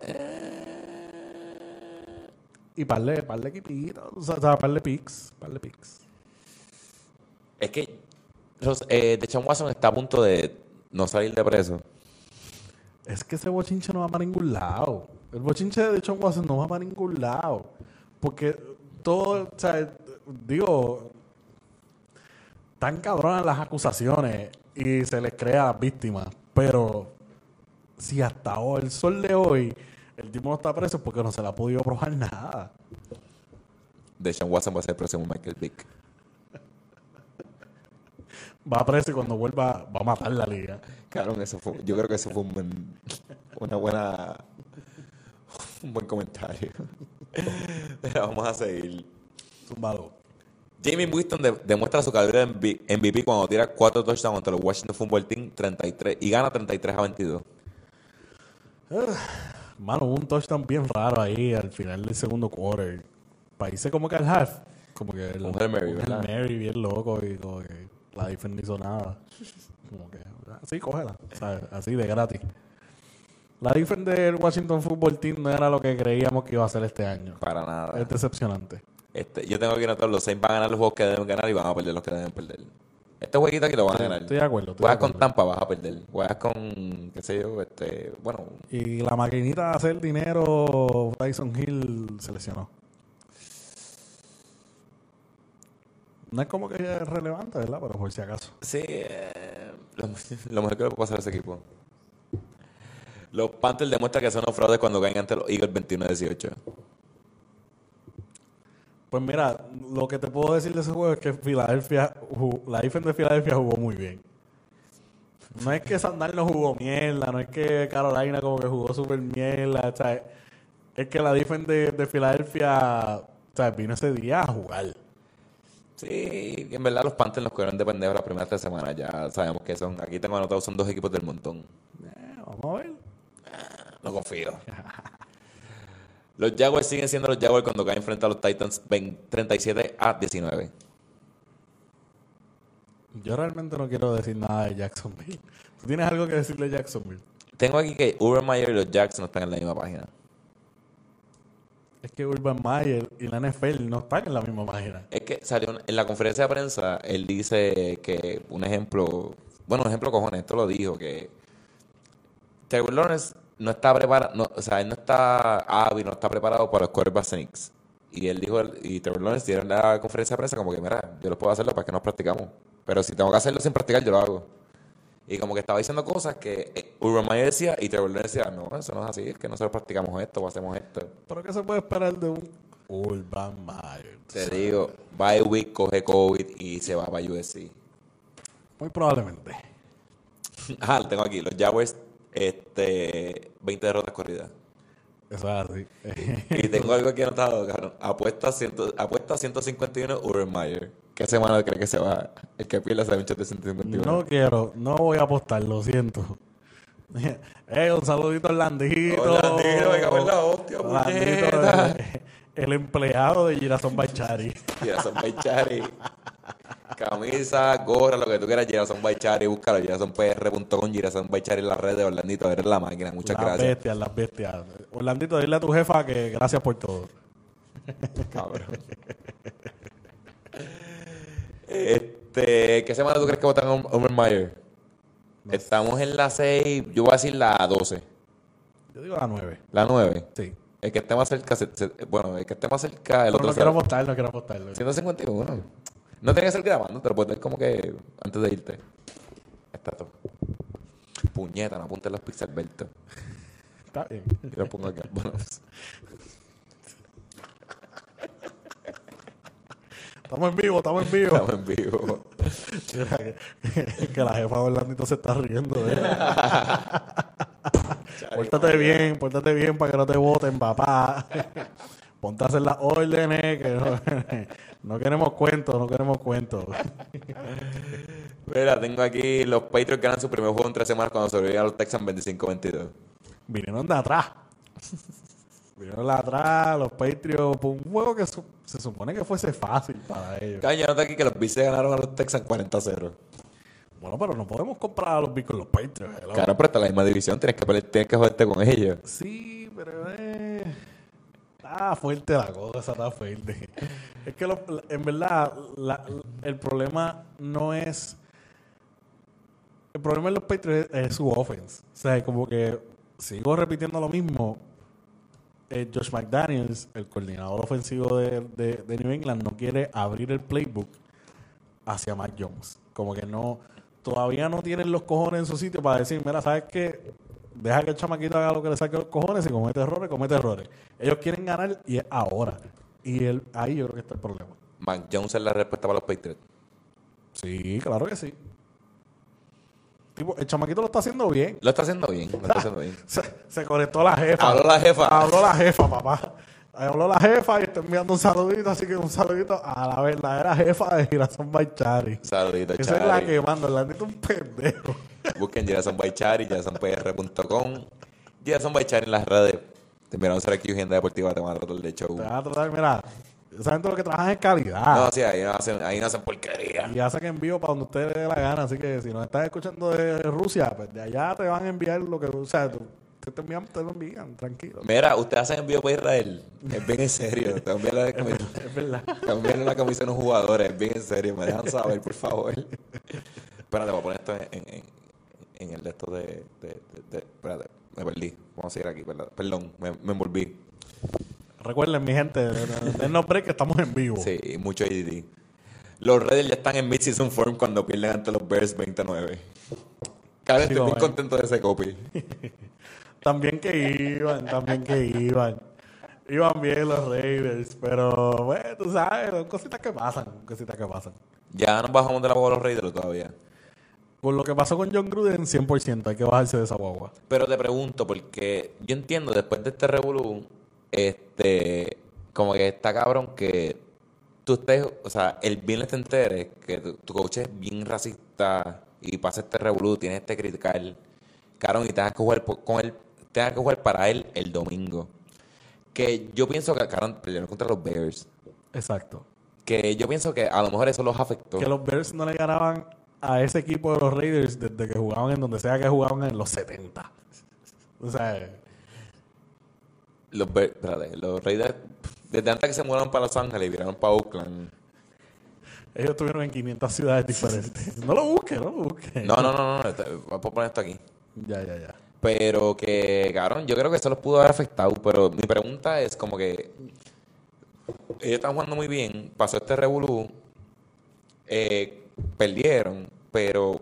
Speaker 2: Eh, Y parle, parle equipitos, o sea, o sea, parle picks, parle picks.
Speaker 1: Es que Ros- eh, Deshaun Watson está a punto de no salir de preso.
Speaker 2: Es que ese bochinche no va para ningún lado. El bochinche de Lechon Watson no va para ningún lado. Porque todo, o sea, digo, tan cabronas las acusaciones y se les crea a las víctimas. Pero si hasta hoy, el sol de hoy, el tipo no está preso es porque no se le ha podido probar nada.
Speaker 1: Deshaun Watson va a ser el próximo Michael Vick.
Speaker 2: Va preso y cuando vuelva va a matar la liga.
Speaker 1: Cabrón, eso fue, yo creo que eso fue un buen- una buena, un buen comentario. Pero vamos a seguir.
Speaker 2: Zumbado.
Speaker 1: Jamie Winston de- demuestra su calidad de MV- MVP cuando tira 4 touchdowns contra los Washington Football Team 33 y gana 33 a 22.
Speaker 2: Mano, hubo un touchdown bien raro ahí al final del segundo quarter. Parece como que al half. Como que el,
Speaker 1: Un Hail Mary, ¿verdad?
Speaker 2: Hail Mary bien loco y como que la defensa no hizo nada. Como que, así, cógela. ¿sabes? Así de gratis. La defensa del Washington Football Team no era lo que creíamos que iba a ser este año.
Speaker 1: Para nada.
Speaker 2: Es decepcionante.
Speaker 1: Este, yo tengo que anotar los 6 van a ganar los juegos que deben ganar y van a perder los que deben perder. Este jueguito aquí lo van a ganar.
Speaker 2: Estoy de acuerdo. estoy de
Speaker 1: Juegas con
Speaker 2: acuerdo.
Speaker 1: Tampa, vas a perder. Juegas con, qué sé yo, este, bueno,
Speaker 2: Y la maquinita de hacer dinero, Tyson Hill se lesionó. No es como que es relevante, ¿verdad? Pero por si acaso.
Speaker 1: sí, eh, lo, lo mejor que le puede pasar a ese equipo. Los Panthers demuestran que son los fraudes cuando caen ante los Eagles 21-18.
Speaker 2: Pues mira, lo que te puedo decir de ese juego es que Filadelfia, ju- la defensa de Filadelfia jugó muy bien. No es que Sandal no jugó mierda, no es que Carolina como que jugó súper mierda, o sea, es que la defensa de, de Filadelfia o sea, vino ese día a jugar.
Speaker 1: Sí, en verdad los Panthers nos cogieron de pendejos las primeras tres semanas. Ya sabemos que son. Aquí tengo anotado, son dos equipos del montón.
Speaker 2: Eh, vamos a ver.
Speaker 1: No confío. Los Jaguars siguen siendo los Jaguars cuando caen frente a los Titans 20 37 a 19.
Speaker 2: Yo realmente no quiero decir nada de Jacksonville. ¿Tú tienes algo que decirle de Jacksonville?
Speaker 1: Tengo aquí que Urban Meyer y los Jacks no están en la misma página.
Speaker 2: Es que Urban Meyer y la NFL no están en la misma página.
Speaker 1: Es que salió en la conferencia de prensa, él dice que un ejemplo, bueno, un ejemplo cojones, esto lo dijo, que Trevor Lawrence no está preparado, no, o sea, él no está hábil, no está preparado para los quarterback sneaks. Y él dijo, y Trevor Lawrence dieron la conferencia de prensa como que, mira, yo lo puedo hacerlo para que nos practicamos. Pero si tengo que hacerlo sin practicar, yo lo hago. Y como que estaba diciendo cosas que eh, Urban Meyer decía y Trevor Lawrence decía, no, eso no es así, es que nosotros practicamos esto o hacemos esto.
Speaker 2: ¿Pero qué se puede esperar de un Urban Meyer?
Speaker 1: Te digo, bye week, coge COVID y se va para USC.
Speaker 2: Muy probablemente.
Speaker 1: Ah, lo tengo aquí, los Jaguars, este, 20 derrotas corridas.
Speaker 2: Eso es así.
Speaker 1: Y tengo algo aquí anotado, cabrón. Apuesta, 100 apuesta 151 Urban Meyer. ¿Qué semana cree que se va? El que pierda se va a hinchar de 151.
Speaker 2: no quiero, no voy a apostar, lo siento. Eh, un saludito a Orlandito.
Speaker 1: Orlandito, me cago en la hostia,
Speaker 2: Orlandito,
Speaker 1: puñeta.
Speaker 2: eh, el empleado de Girasón Bachari.
Speaker 1: Girasón Baichari. Camisa, gorra, lo que tú quieras, Girasón Baichari, búscalo, girasonpr.com, Girasón Baichari en las redes, Orlandito, eres la máquina, muchas
Speaker 2: las
Speaker 1: gracias.
Speaker 2: bestias, las bestias. Orlandito, dile a tu jefa que gracias por todo.
Speaker 1: Cabrón. este, ¿qué semana tú crees que votan a Homer Mayer? Estamos en la 6, yo voy a decir la 12,
Speaker 2: Yo digo la 9.
Speaker 1: la 9.
Speaker 2: Sí.
Speaker 1: El que esté más cerca, se- se- bueno, el que esté más cerca, el
Speaker 2: Pero
Speaker 1: otro
Speaker 2: no
Speaker 1: será-
Speaker 2: quiero apostar, no quiero apostar.
Speaker 1: 151. No tenía que ser grabando, te lo puedes dar como que antes de irte. Está todo. Puñeta, no apuntes los pixels, Alberto.
Speaker 2: Está bien.
Speaker 1: Yo lo pongo acá. Bueno, pues,
Speaker 2: Estamos en vivo, estamos en vivo.
Speaker 1: estamos en vivo.
Speaker 2: que la jefa de Orlandito se está riendo de él. pórtate bien, pórtate bien para que no te voten, papá. Ponte a hacer las órdenes, que no, no queremos cuentos, no queremos cuentos.
Speaker 1: Mira, tengo aquí los Patriots ganan su primer juego en tres semanas cuando sobreviven a los Texans 25-22.
Speaker 2: Vinieron de atrás. Vinieron de atrás, los Patriots, por un juego que su- se supone que fuese fácil para ellos.
Speaker 1: Caña, nota aquí que los Bills le ganaron a los Texans 40-0.
Speaker 2: Bueno, pero no podemos comprar a los Bills con los Patriots. hello.
Speaker 1: Claro, pero está en la misma división, tienes que, pele- tienes que joderte con ellos.
Speaker 2: Sí, pero eh, está fuerte la cosa, está fuerte. Es que lo- en verdad la- el problema no es... El problema de los Patriots es, es su offense. O sea, como que sigo repitiendo lo mismo. Eh, Josh McDaniels, el coordinador ofensivo de, de- de New England, no quiere abrir el playbook hacia Mac Jones. Como que no, todavía no tienen los cojones en su sitio para decir, mira, ¿sabes qué? Deja que el chamaquito haga lo que le saque los cojones y comete errores, comete errores. Ellos quieren ganar y es ahora. Y el, ahí yo creo que está el problema.
Speaker 1: Mac Jones es la respuesta para los Patriots.
Speaker 2: Sí, claro que sí. Tipo, el chamaquito lo está haciendo bien.
Speaker 1: Lo está haciendo bien, lo está haciendo bien.
Speaker 2: Se, se conectó la jefa.
Speaker 1: Habló la jefa.
Speaker 2: Habló la jefa, papá. Habló la jefa y está enviando un saludito, así que un saludito a la verdadera jefa de Girasón Baichari.
Speaker 1: Saluditos,
Speaker 2: Esa es la
Speaker 1: Charlie.
Speaker 2: que manda, la neta un pendejo.
Speaker 1: Busquen Jason Baichari, jasonpr.com, Jason Baichari en las redes. Te enviaron a ser aquí Agenda Deportiva, te van a tratar de show.
Speaker 2: Te van a tratar, mira, esa gente lo que trabaja es calidad.
Speaker 1: No, sí, ahí no hacen, ahí no hacen porquería.
Speaker 2: Y hacen envío para donde usted le dé la gana. Así que si nos estás escuchando de Rusia, pues de allá te van a enviar lo que. O sea, tú- te, te envían, te lo envían, tranquilo.
Speaker 1: Mira, ustedes hacen envío para Israel. Es bien en serio. Te envían la camisa,
Speaker 2: Es verdad.
Speaker 1: cambiarle la camisa a unos jugadores. Es bien en serio. Me dejan saber, por favor. Espérate, voy a poner esto en, en, en- en el de esto de, de, de- de- Espérate, me perdí. Vamos a seguir aquí, perdón. Perdón, me, me envolví.
Speaker 2: Recuerden, mi gente, dennos break que estamos en vivo.
Speaker 1: Sí, mucho ADD. Los Raiders ya están en mid-season form cuando pierden ante los Bears 29. Cabrón,
Speaker 2: Sí,
Speaker 1: estoy bien
Speaker 2: cabrón.
Speaker 1: contento de ese copy.
Speaker 2: También que iban, también que iban. Iban bien los Raiders, pero bueno, tú sabes, son cositas que pasan, cositas que pasan.
Speaker 1: Ya nos bajamos de la boca los Raiders todavía.
Speaker 2: Con lo que pasó con John Gruden, 100% hay que bajarse de esa guagua.
Speaker 1: Pero te pregunto, porque yo entiendo, después de este revolú, este, como que está cabrón que tú estés, o sea, el viernes te enteres que tu, tu coach es bien racista y pasa este revolú, tienes este criticar, cabrón, y tengas que jugar po- con él, tengas que jugar para él el domingo. Que yo pienso que, cabrón, perdieron contra los Bears.
Speaker 2: Exacto.
Speaker 1: Que yo pienso que a lo mejor eso los afectó.
Speaker 2: Que los Bears no le ganaban a ese equipo de los Raiders desde que jugaban en donde sea que jugaban en los 70. O sea,
Speaker 1: Los, Be- espérate, los Raiders, desde antes que se mudaron para Los Ángeles y viraron para Oakland.
Speaker 2: Ellos estuvieron en 500 ciudades diferentes. No lo busques, no lo busques.
Speaker 1: No, no, no, no, está- voy a poner esto aquí.
Speaker 2: Ya, ya, ya.
Speaker 1: Pero que, cabrón, yo creo que eso los pudo haber afectado. Pero mi pregunta es como que ellos están jugando muy bien, pasó este revolú, eh, perdieron, pero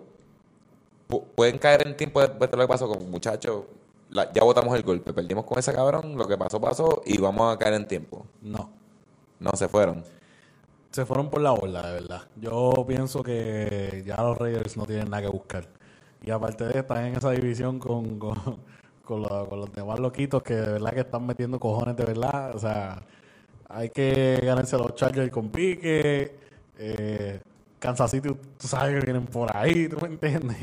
Speaker 1: pu- pueden caer en tiempo después de lo que pasó con muchachos. la- ya votamos el golpe, perdimos con ese cabrón, lo que pasó, pasó y vamos a caer en tiempo.
Speaker 2: No.
Speaker 1: No se fueron.
Speaker 2: Se fueron por la ola, de verdad. Yo pienso que ya los Raiders no tienen nada que buscar. Y aparte de están en esa división con, con, con la- con los demás loquitos que de verdad que están metiendo cojones de verdad. O sea, hay que ganarse los Chargers con pique. Eh, Kansas City, tú sabes que vienen por ahí, ¿tú me entiendes?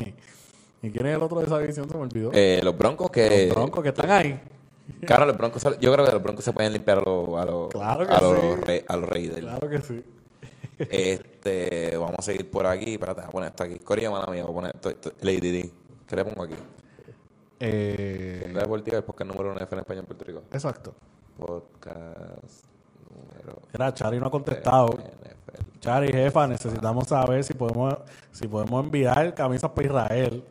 Speaker 2: ¿Y quién es el otro de esa división? Se me olvidó.
Speaker 1: Eh, los Broncos que.
Speaker 2: los Broncos que están ahí.
Speaker 1: Claro, los Broncos. Yo creo que los Broncos se pueden limpiar a los. A los,
Speaker 2: Claro que
Speaker 1: a los
Speaker 2: sí.
Speaker 1: Ra- a los Raiders.
Speaker 2: Claro que sí.
Speaker 1: Este, vamos a seguir por aquí. Espérate, voy a poner esto aquí. Corea, mala mía, voy a poner esto. esto- Lady D. ¿Qué le pongo aquí?
Speaker 2: Eh,
Speaker 1: La deportiva es podcast número uno de FN España en Puerto Rico.
Speaker 2: exacto.
Speaker 1: Podcast número
Speaker 2: Era Charlie no ha contestado.
Speaker 1: uno de NFL.
Speaker 2: Chari, jefa, necesitamos saber si podemos, si podemos enviar camisas para Israel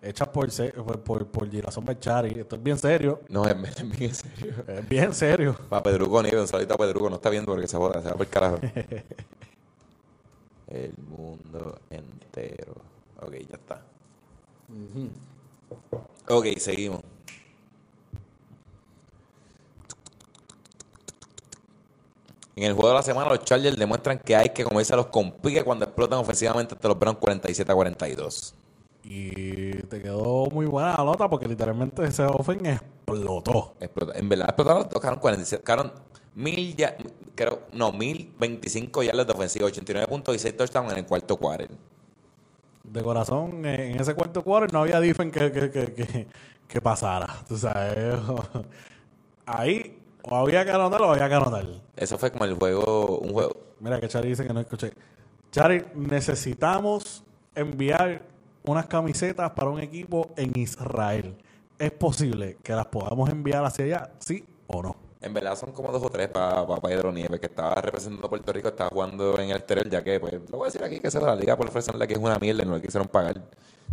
Speaker 2: hechas por, se- por, por, por Girasón Bechari. Esto es bien serio.
Speaker 1: No, es bien en serio.
Speaker 2: Es bien serio.
Speaker 1: Para Pedruco Nive, un saludito a Pedruco. No está viendo porque se joda, se va por el carajo. el mundo entero. Ok, ya está. Ok, seguimos. En el juego de la semana, los Chargers demuestran que hay que comerse a los compiques cuando explotan ofensivamente ante los Browns 47 a 42.
Speaker 2: Y te quedó muy buena la nota porque literalmente ese ofen explotó.
Speaker 1: Explota- en verdad explotaron, tocaron 47, tocaron mil ya, creo, no, 1025 yardas de ofensiva, 89 puntos y 6 touchdowns en el cuarto quarter.
Speaker 2: De corazón, eh, en ese cuarto quarter no había defense que, que, que, que, que pasara. Tú sabes. Ahí o había que anotar o había que anotar.
Speaker 1: Eso fue como el juego, un juego.
Speaker 2: Mira que Chari dice que no escuché. Chari, necesitamos enviar unas camisetas para un equipo en Israel. ¿Es posible que las podamos enviar hacia allá? ¿Sí o no?
Speaker 1: En verdad son como dos o tres para Pedro Nieves, que estaba representando a Puerto Rico, estaba jugando en el exterior, ya que, pues, lo voy a decir aquí, que se la liga por ofrecerle que es una mierda y no le quisieron pagar.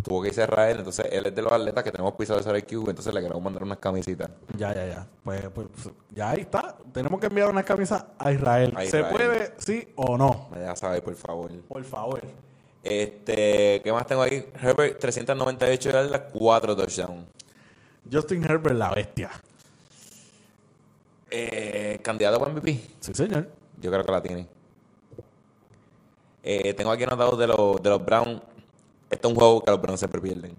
Speaker 1: Tuvo que irse a Israel, entonces él es de los atletas que tenemos pisado de SRQ, entonces le queremos mandar unas camisitas.
Speaker 2: Ya, ya, ya. Pues, pues, ya ahí está. Tenemos que enviar unas camisas a Israel.
Speaker 1: A
Speaker 2: ¿Se
Speaker 1: Israel.
Speaker 2: puede? ¿Sí o no?
Speaker 1: Me deja saber, por favor.
Speaker 2: Por favor.
Speaker 1: Este, ¿qué más tengo aquí? Herbert, 398 yardas, 4 touchdowns.
Speaker 2: Justin Herbert, la bestia.
Speaker 1: Eh, candidato para MVP.
Speaker 2: Sí, señor.
Speaker 1: Yo creo que la tiene. Eh, tengo aquí anotado de los, de los Browns. Este es un juego que los Browns siempre pierden.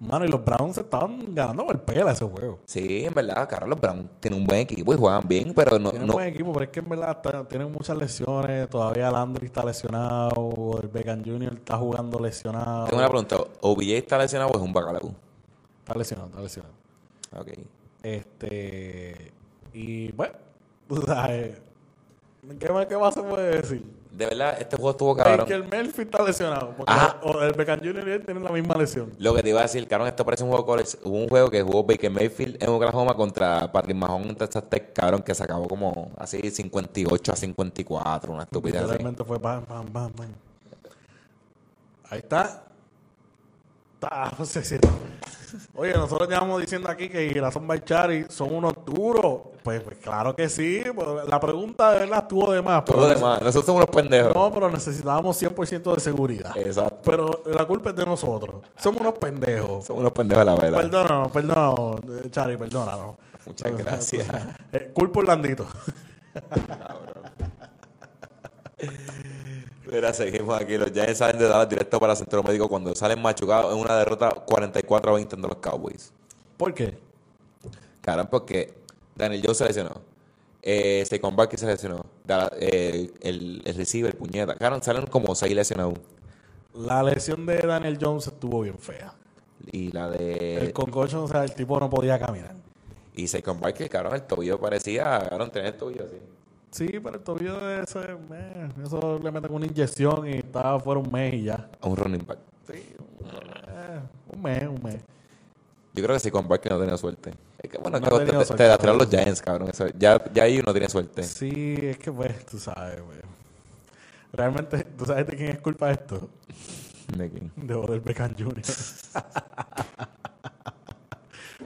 Speaker 2: Mano, y los Browns se estaban ganando por pela ese juego.
Speaker 1: Sí, en verdad, Carlos los Browns tienen un buen equipo y juegan bien, pero no,
Speaker 2: Tienen
Speaker 1: no-
Speaker 2: buen equipo, pero es que en verdad está- tienen muchas lesiones. Todavía Landry está lesionado. El Beckham Jr. está jugando lesionado.
Speaker 1: Tengo una pregunta. ¿OBJ está lesionado o es un bacalao?
Speaker 2: Está lesionado, está lesionado.
Speaker 1: Ok.
Speaker 2: Este. Y bueno, tú sabes. ¿Qué más, qué más se puede decir?
Speaker 1: De verdad, este juego estuvo
Speaker 2: Es
Speaker 1: cabrón.
Speaker 2: que el Melfi está lesionado. Porque
Speaker 1: Ajá.
Speaker 2: o el Beckham Jr. y él tienen la misma lesión.
Speaker 1: Lo que te iba a decir, cabrón, esto parece un juego de college. Hubo un juego que jugó Baker Mayfield en Oklahoma contra Patrick Mahomes en Texas Tech, cabrón, que se acabó como así 58 a 54, una estupidez así.
Speaker 2: Literalmente fue bam, bam, bam, bam. Ahí está. Está, no sé si- Oye, nosotros llevamos diciendo aquí que Girasón Baichari son unos duros. Pues, pues claro que sí. pero La pregunta de verdad estuvo de más.
Speaker 1: Todo
Speaker 2: pero-
Speaker 1: lo demás, nosotros somos unos pendejos.
Speaker 2: No, pero necesitábamos 100% de seguridad.
Speaker 1: Exacto.
Speaker 2: Pero la culpa es de nosotros. Somos unos pendejos.
Speaker 1: Son unos pendejos, la verdad.
Speaker 2: Perdónanos, perdónanos, eh, Chari, perdónanos.
Speaker 1: Muchas gracias.
Speaker 2: Eh, culpa Orlandito.
Speaker 1: Mira, seguimos aquí. Los Giants salen de Dallas directo para Centro Médico cuando salen machucados en una derrota 44 a 20 ante los Cowboys.
Speaker 2: ¿Por qué?
Speaker 1: Caramba, porque Daniel Jones se lesionó. Eh, Saquon Barkley se lesionó. Dallas- eh, el, el receiver, puñeta. Caramba, salen como 6 lesionados.
Speaker 2: La lesión de Daniel Jones estuvo bien fea.
Speaker 1: Y la
Speaker 2: El
Speaker 1: de.
Speaker 2: concocho, o sea, el tipo no podía caminar.
Speaker 1: Y Saquon Barkley, cabrón, el tobillo parecía. Cabrón, tener el tobillo así.
Speaker 2: Sí, pero el tobillo de ese, eh, eso le meten una inyección y estaba fuera un mes y ya.
Speaker 1: A un running back.
Speaker 2: Sí, un, eh, un mes, un mes.
Speaker 1: Yo creo que Saquon Barkley no tenía suerte. Es que bueno, que
Speaker 2: No ha
Speaker 1: vos
Speaker 2: tenido
Speaker 1: te, te
Speaker 2: suerte,
Speaker 1: lastraron
Speaker 2: ¿no?
Speaker 1: los Giants, cabrón. eso- ya, ya ahí uno tiene suerte.
Speaker 2: Sí, es que pues, tú sabes, güey. Realmente, ¿tú sabes de quién es culpa esto?
Speaker 1: De aquí.
Speaker 2: De Odell Beckham Jr.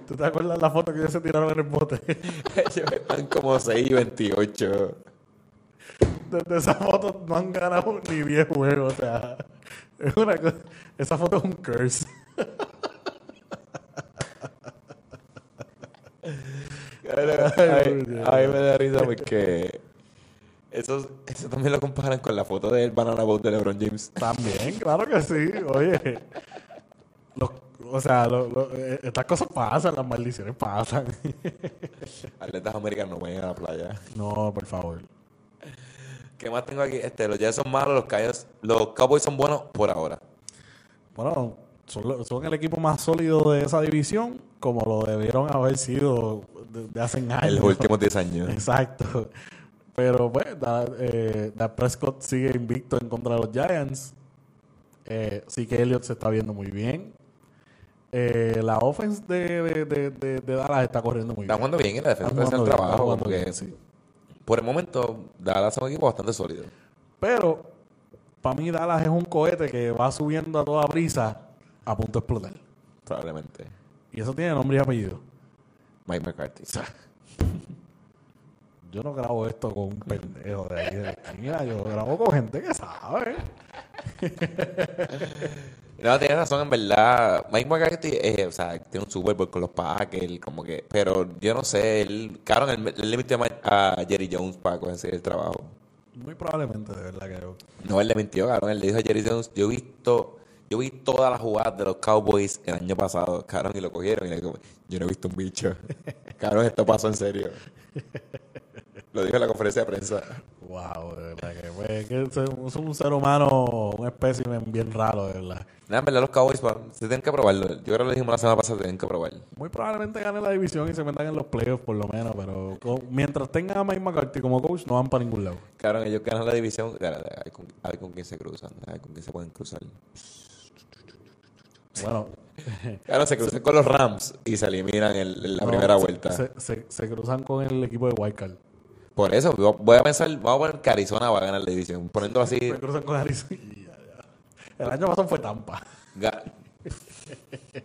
Speaker 2: ¿Tú te acuerdas la foto que ellos se tiraron en el bote?
Speaker 1: Ellos están como 6 y 28.
Speaker 2: Desde esa foto no han ganado ni 10 juegos, o sea. Es una cosa, esa foto es un curse.
Speaker 1: Claro,
Speaker 2: Ay,
Speaker 1: ay,
Speaker 2: Dios.
Speaker 1: a mí me da risa porque eso, eso también lo comparan con la foto del Banana Boat de LeBron James.
Speaker 2: También, claro que sí, oye. Los- o sea, lo- lo- eh, estas cosas pasan, las maldiciones pasan.
Speaker 1: Atletas americanos vayan a la playa.
Speaker 2: No, por favor.
Speaker 1: ¿Qué más tengo aquí? Este, los Jets son malos, los Cowboys, los Cowboys son buenos por ahora.
Speaker 2: Bueno, son, lo- son el equipo más sólido de esa división, como lo debieron haber sido de, de hace años.
Speaker 1: En los últimos 10 años.
Speaker 2: Exacto. Pero pues, Da, eh, Dak Prescott sigue invicto en contra de los Giants. Eh, sí que Elliott se está viendo muy bien. Eh, la offense de, de, de, de- de Dallas está corriendo muy
Speaker 1: Están
Speaker 2: bien.
Speaker 1: jugando bien en la defensa,
Speaker 2: Están
Speaker 1: está haciendo el trabajo.
Speaker 2: jugando bien, están jugando
Speaker 1: Como que,
Speaker 2: bien, sí.
Speaker 1: Por el momento, Dallas es un equipo bastante sólido.
Speaker 2: Pero para mí Dallas es un cohete que va subiendo a toda prisa a punto de explotar.
Speaker 1: Probablemente.
Speaker 2: Y eso tiene nombre y apellido.
Speaker 1: Mike McCarthy.
Speaker 2: Yo no grabo esto con un pendejo de ahí de la esquina, yo grabo con gente que sabe.
Speaker 1: No, tienes razón, en verdad. Mike McCarthy, eh, o sea, tiene un Super Bowl con los Packers, como que. Pero yo no sé, él. Claro, el el límite a Mike- a Jerry Jones para conseguir el trabajo.
Speaker 2: Muy probablemente, de verdad que yo.
Speaker 1: No, él le mintió, cabrón. Él le dijo a Jerry Jones, yo he visto, yo vi todas las jugadas de los Cowboys el año pasado, cabrón, y lo cogieron. Y le digo, yo no he visto un bicho. cabrón, esto pasó en serio. Lo dijo en la conferencia de prensa.
Speaker 2: Wow, de verdad que, pues, que son, son un ser humano, un espécimen bien raro, de verdad.
Speaker 1: Nada, en verdad los Cowboys bueno, se tienen que probarlo. Yo creo que lo dijimos la semana pasada, se tienen que probar.
Speaker 2: Muy probablemente gane la división y se metan en los playoffs, por lo menos, pero con- mientras tengan a Mike McCarthy como coach, no van para ningún lado.
Speaker 1: Cabrón, ellos ganan la división. Claro, Hay con, hay con quién se cruzan, hay con quién se pueden cruzar.
Speaker 2: Bueno,
Speaker 1: Claro, se cruzan con los Rams y se eliminan en, en la
Speaker 2: no,
Speaker 1: primera
Speaker 2: se-
Speaker 1: vuelta.
Speaker 2: Se, se- se cruzan con el equipo de Wildcard.
Speaker 1: Por eso, yo voy a pensar, vamos a poner que Arizona va a ganar la división. Poniéndolo así,
Speaker 2: Se cruzan con Arizona. y ya, ya. El año pasado fue Tampa.
Speaker 1: Ga-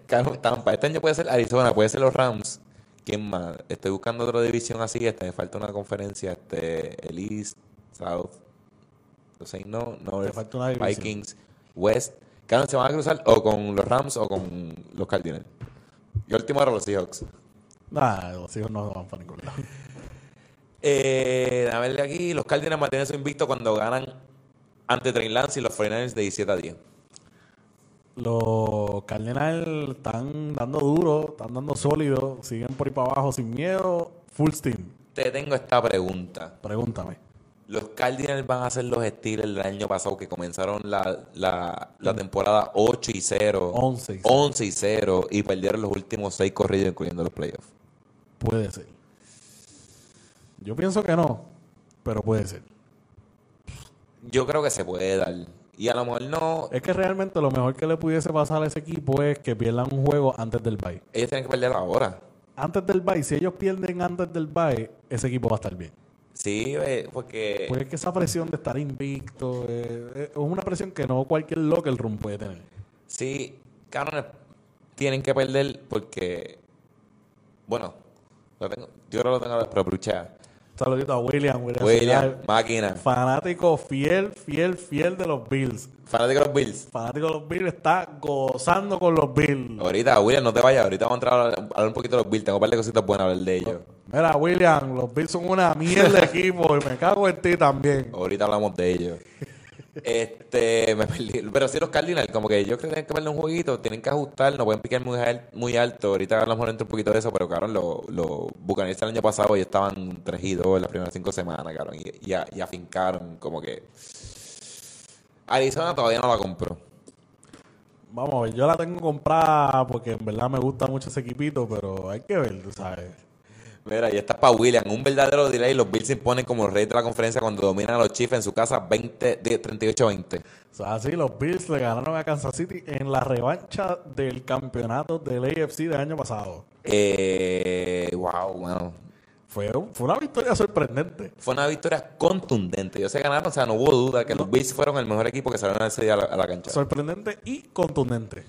Speaker 1: Claro, Tampa. Este año puede ser Arizona, puede ser los Rams. ¿Quién más? Estoy buscando otra división así. Este, me falta una conferencia. Este, el East, South. Los seis no, North,
Speaker 2: falta una división.
Speaker 1: Vikings, West. Claro, se van a cruzar o con los Rams o con los Cardinals. Y último ahora los Seahawks.
Speaker 2: Nada, los hijos no van para ningún lado.
Speaker 1: Eh, a verle aquí. Los Cardinals mantienen su invicto cuando ganan ante Train Lance y los 49ers de 17 a 10.
Speaker 2: Los Cardinals están dando duro, están dando sólido, siguen por ahí para abajo sin miedo, full steam.
Speaker 1: Te tengo esta pregunta.
Speaker 2: Pregúntame.
Speaker 1: Los Cardinals van a ser los Steelers del año pasado que comenzaron la, la, la temporada 8 y 0.
Speaker 2: 11 y 0.
Speaker 1: 11 y 0 y perdieron los últimos 6 corridos incluyendo los playoffs.
Speaker 2: Puede ser. Yo pienso que no, pero puede ser.
Speaker 1: Yo creo que se puede dar. Y a lo mejor no.
Speaker 2: Es que realmente lo mejor que le pudiese pasar a ese equipo es que pierdan un juego antes del bye.
Speaker 1: Ellos tienen que perder ahora.
Speaker 2: Antes del bye, si ellos pierden antes del bye, ese equipo va a estar bien.
Speaker 1: Sí, eh, porque
Speaker 2: Porque Pues es que esa presión de estar invicto eh, eh, es una presión que no cualquier locker room puede tener.
Speaker 1: sí, cabrones, tienen que perder porque, bueno, lo tengo, yo creo que lo tengo pero bruchea.
Speaker 2: Saludito a William, William.
Speaker 1: William,
Speaker 2: Sedal,
Speaker 1: máquina,
Speaker 2: Fanático fiel, fiel, fiel de los Bills.
Speaker 1: fanático de los Bills.
Speaker 2: Fanático de los Bills está gozando con los Bills.
Speaker 1: Ahorita, William, no te vayas. Ahorita vamos a entrar a hablar- a hablar un poquito de los Bills. Tengo un par de cositas buenas a hablar de ellos.
Speaker 2: Mira, William, los Bills son una mierda de equipo y me cago en ti también.
Speaker 1: Ahorita hablamos de ellos. Este, me perdí. Pero sí, los Cardinals, como que ellos que tienen que perder un jueguito, tienen que ajustar, no pueden picar muy, al- muy alto. Ahorita hablamos dentro un poquito de eso, pero cabrón, los, los Buccaneers el año pasado ellos estaban 3 y 2 en las primeras 5 semanas, cabrón, y, y a- y afincaron, como que. Arizona todavía no la compró.
Speaker 2: Vamos a ver, yo la tengo comprada porque en verdad me gusta mucho ese equipito, pero hay que ver, tú sabes.
Speaker 1: Mira, y esta es para William. Un verdadero delay. Los Bills se imponen como los reyes de la conferencia cuando dominan a los Chiefs en su casa 20, 38-20.
Speaker 2: O sea, así los Bills le ganaron a Kansas City en la revancha del campeonato del AFC del año pasado.
Speaker 1: Eh, wow, wow.
Speaker 2: Fue, un- fue una victoria sorprendente.
Speaker 1: Fue una victoria contundente. Yo sé ganaron, o sea, no hubo duda que los Bills fueron el mejor equipo que salieron ese día a la, a la cancha.
Speaker 2: Sorprendente y contundente.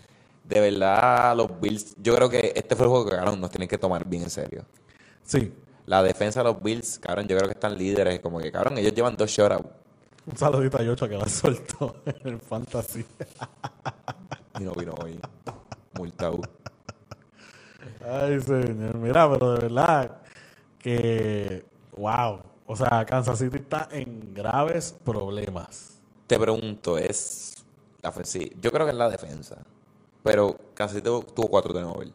Speaker 1: De verdad, los Bills, yo creo que este fue el juego que ganaron. Nos tienen que tomar bien en serio.
Speaker 2: Sí.
Speaker 1: La defensa de los Bills, cabrón, yo creo que están líderes. Como que, cabrón, ellos llevan dos shutouts.
Speaker 2: Un saludito a Yocho que la soltó en el fantasy.
Speaker 1: Y no vino hoy. Multado.
Speaker 2: Ay, señor. Mira, pero de verdad que. ¡Wow! O sea, Kansas City está en graves problemas.
Speaker 1: Te pregunto, es la ofensiva. Yo creo que es la defensa. Pero casi tuvo, tuvo cuatro turnovers.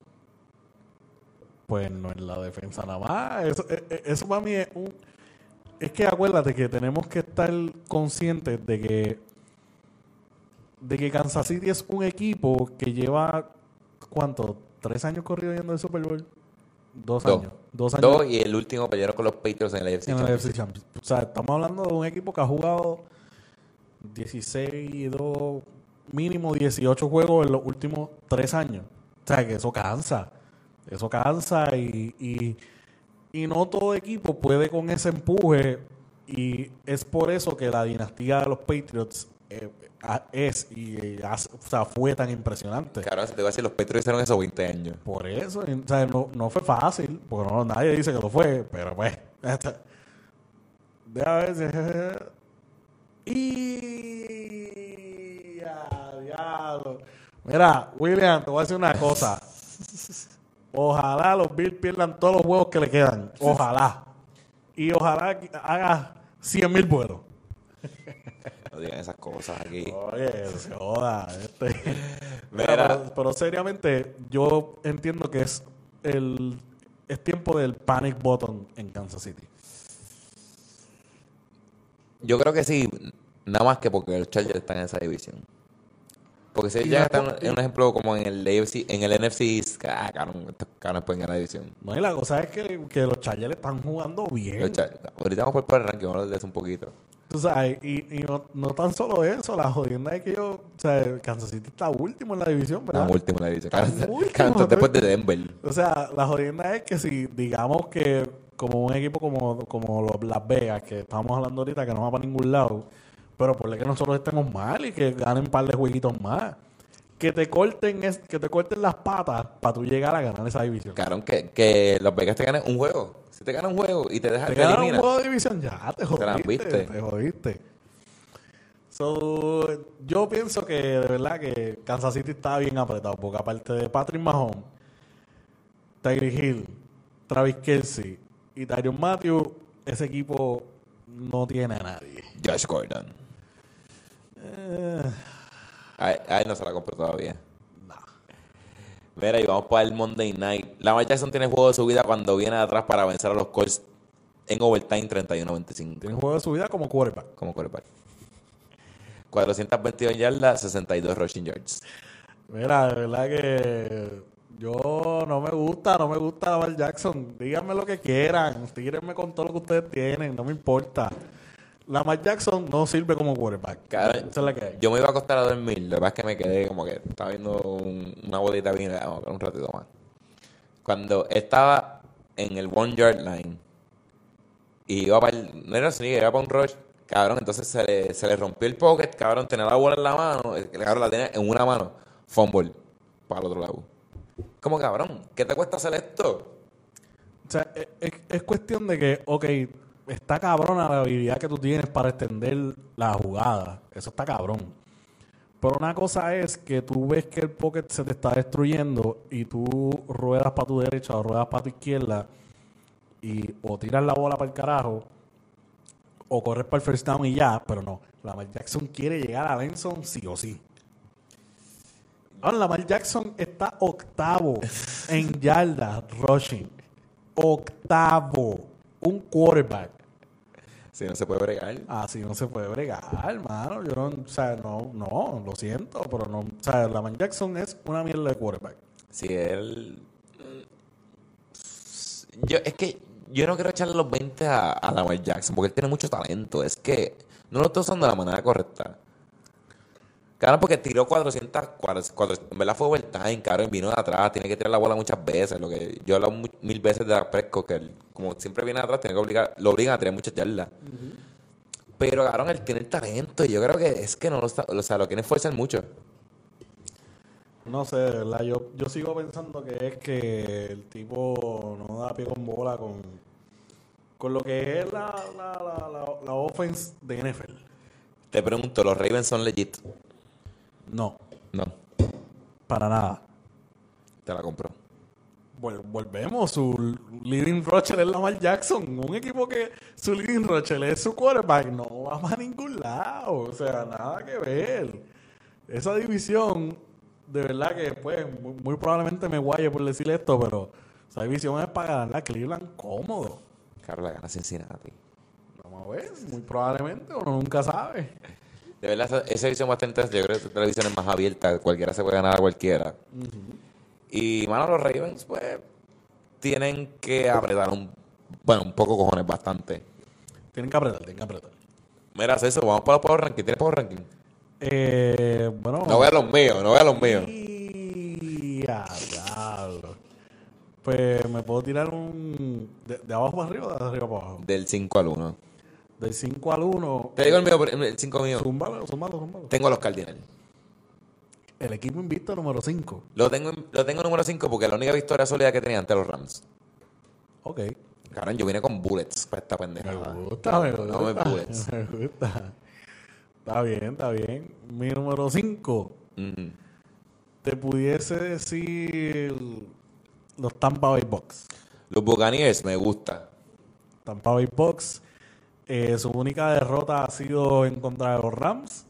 Speaker 2: Pues no en la defensa nada más. Eso, e- e- eso para mí es un... Es que acuérdate que tenemos que estar conscientes de que... De que Kansas City es un equipo que lleva... ¿Cuánto? ¿Tres años corrido yendo al Super Bowl? Dos,
Speaker 1: Dos.
Speaker 2: años. Dos años
Speaker 1: Dos y el último pelearon con los Patriots en el AFC.
Speaker 2: en el
Speaker 1: Championship.
Speaker 2: AFC Champions. O sea, estamos hablando de un equipo que ha jugado 16, 2, mínimo 18 juegos en los últimos 3 años. O sea, que eso cansa. Eso cansa y, y, y no todo equipo puede con ese empuje. Y es por eso que la dinastía de los Patriots eh, ha- es y eh, ha- o sea, fue tan impresionante.
Speaker 1: Cabrón, se te va a decir, los Patriots hicieron eso 20 años.
Speaker 2: Por eso, y, o sea, no, no fue fácil, porque no, nadie dice que lo fue, pero pues. hasta- Deja ver si- Y. ya, diablo. Mira, William, te voy a decir una cosa. Ojalá los Bills pierdan todos los huevos que le quedan. Ojalá. Y ojalá que haga 100 mil vuelos.
Speaker 1: No digan esas cosas aquí.
Speaker 2: Oye, se joda. este.
Speaker 1: Mira.
Speaker 2: Pero, pero seriamente, yo entiendo que es el es tiempo del panic button en Kansas City.
Speaker 1: Yo creo que sí, nada más que porque los Chargers están en esa división. Porque si
Speaker 2: Y
Speaker 1: ellos ya
Speaker 2: la-
Speaker 1: están en un ejemplo como en el AFC, en el NFC, East, ah, cabrón, estos cabrones pueden ganar la división.
Speaker 2: No, y la cosa es que, que los Chargers están jugando
Speaker 1: Los
Speaker 2: bien.
Speaker 1: Chargers- ahorita vamos por el ranking, vamos a hablar de eso un poquito.
Speaker 2: Tú sabes, y, y no, no tan solo eso, la jodienda es que yo, o sea, Kansas City está último en la división, ¿verdad?
Speaker 1: Están últimos en la división.
Speaker 2: Están
Speaker 1: Cabrón,
Speaker 2: últimos,
Speaker 1: cabrón,
Speaker 2: ¿no?
Speaker 1: después de Denver.
Speaker 2: O sea, la jodienda es que si digamos que como un equipo como, como los Las Vegas, que estamos hablando ahorita que no va para ningún lado, pero por que nosotros estemos mal y que ganen un par de jueguitos más. Que te corten es, que te corten las patas para tú llegar a ganar esa división.
Speaker 1: Cabrón, que, que los Vegas te ganan un juego. Si te ganan un juego y te dejan,
Speaker 2: Te
Speaker 1: te,
Speaker 2: ganaron un
Speaker 1: eliminan.
Speaker 2: juego de división, ya te
Speaker 1: la
Speaker 2: jodiste.
Speaker 1: viste.
Speaker 2: Te, jodiste. So, yo pienso que de verdad que Kansas City está bien apretado, porque aparte de Patrick Mahomes, Tyree Hill, Travis Kelsey y Tyrion Matthew, ese equipo no tiene a nadie.
Speaker 1: Josh Gordon.
Speaker 2: Eh,
Speaker 1: A, a él no se la compró todavía.
Speaker 2: nah.
Speaker 1: Mira, y vamos para el Monday Night. Lamar Jackson tiene juego de su vida cuando viene de atrás para vencer a los Colts en overtime 31-25
Speaker 2: Tiene un juego de su vida como quarterback.
Speaker 1: como quarterback. 422 yardas, 62 rushing yards.
Speaker 2: Mira, de verdad que yo no me gusta, no me gusta Lamar Jackson. Díganme lo que quieran, tírenme con todo lo que ustedes tienen, no me importa. Lamar Jackson no sirve como quarterback.
Speaker 1: Cabrón,
Speaker 2: Esa es la que hay.
Speaker 1: Yo me iba a acostar a dormir, lo que pasa es que me quedé como que estaba viendo un- una bolita bien, vamos a ver un ratito más. Cuando estaba en el one yard line y iba para el, no era así, iba para un rush, cabrón, entonces se le, se le rompió el pocket, cabrón, tenía la bola en la mano, el cabrón la tenía en una mano, fumble, para el otro lado. Como cabrón, ¿qué te cuesta hacer esto?
Speaker 2: O sea, es, es- es cuestión de que, ok, está cabrona la habilidad que tú tienes para extender la jugada. Eso está cabrón. Pero una cosa es que tú ves que el pocket se te está destruyendo y tú ruedas para tu derecha o ruedas para tu izquierda y o tiras la bola para el carajo o corres para el first down y ya, pero no. Lamar Jackson quiere llegar a Benson sí o sí. Ahora, Lamar Jackson está octavo en yardas rushing. Octavo. Un quarterback.
Speaker 1: Si no se puede bregar.
Speaker 2: Así no se puede bregar, hermano. Yo no, o sea, no, no, lo siento, pero no. O sea, Lamar Jackson es una mierda de quarterback.
Speaker 1: Si él. Yo, es que yo no quiero echarle los 20 a, a Lamar Jackson porque él tiene mucho talento. Es que no lo está usando de la manera correcta. Claro, porque tiró 400, 400 en verdad fue overtime, Karen vino de atrás, tiene que tirar la bola muchas veces, lo que yo he hablado mu- mil veces de Dak Prescott, que él, como siempre viene de atrás, tiene que obligar, lo obligan a tirar muchas yardas. Pero, cabrón, él tiene el talento y yo creo que es que no lo está, o sea, lo quieren forzar mucho.
Speaker 2: No sé, de verdad, yo, yo sigo pensando que es que el tipo no da pie con bola con, con lo que es la, la, la, la, la offense de NFL.
Speaker 1: Te pregunto, ¿los Ravens son legit?
Speaker 2: No,
Speaker 1: No,
Speaker 2: para nada.
Speaker 1: te la compro.
Speaker 2: Vol- volvemos, su leading rusher es Lamar Jackson, un equipo que su leading rusher es su quarterback, no va para ningún lado, o sea, nada que ver. Esa división, de verdad que pues muy, muy probablemente me guaye por decir esto, pero esa división es para ganar la Cleveland cómodo.
Speaker 1: Claro, la gana Cincinnati.
Speaker 2: Vamos a ver, muy probablemente, uno nunca sabe.
Speaker 1: De verdad, esa- esa edición va a estar interesante. Yo creo que esta televisión es más abierta. Cualquiera se puede ganar a cualquiera. Y, mano, los Ravens, pues, tienen que apretar un... Bueno, un poco cojones, bastante.
Speaker 2: Tienen que apretar, tienen que apretar.
Speaker 1: Mira, eso, vamos para los power ranking. ¿Tienes power ranking?
Speaker 2: Eh, bueno,
Speaker 1: No veas los míos, no veas los míos.
Speaker 2: Y a diablo. Pues me puedo tirar un. De, de abajo para arriba o de arriba para abajo.
Speaker 1: Del 5 al 1.
Speaker 2: Del 5 al 1.
Speaker 1: Te digo el mío, el 5 mío.
Speaker 2: Zúmbalo, zúmbalo, zúmbalo.
Speaker 1: Tengo a los Cardinals.
Speaker 2: El equipo invicto número 5.
Speaker 1: Lo tengo, en- lo tengo número 5 porque la única victoria sólida que tenía ante los Rams.
Speaker 2: Ok.
Speaker 1: Cabrón, yo vine con bullets para esta
Speaker 2: Me
Speaker 1: pendejada.
Speaker 2: gusta, me gusta.
Speaker 1: No me bullets.
Speaker 2: me gusta. Está bien, está bien. Mi número 5.
Speaker 1: Ujú.
Speaker 2: Te pudiese decir. Los Tampa Bay Bucks.
Speaker 1: Los Buccaneers me gusta.
Speaker 2: Tampa Bay Bucks. Eh, su única derrota ha sido en contra de los Rams.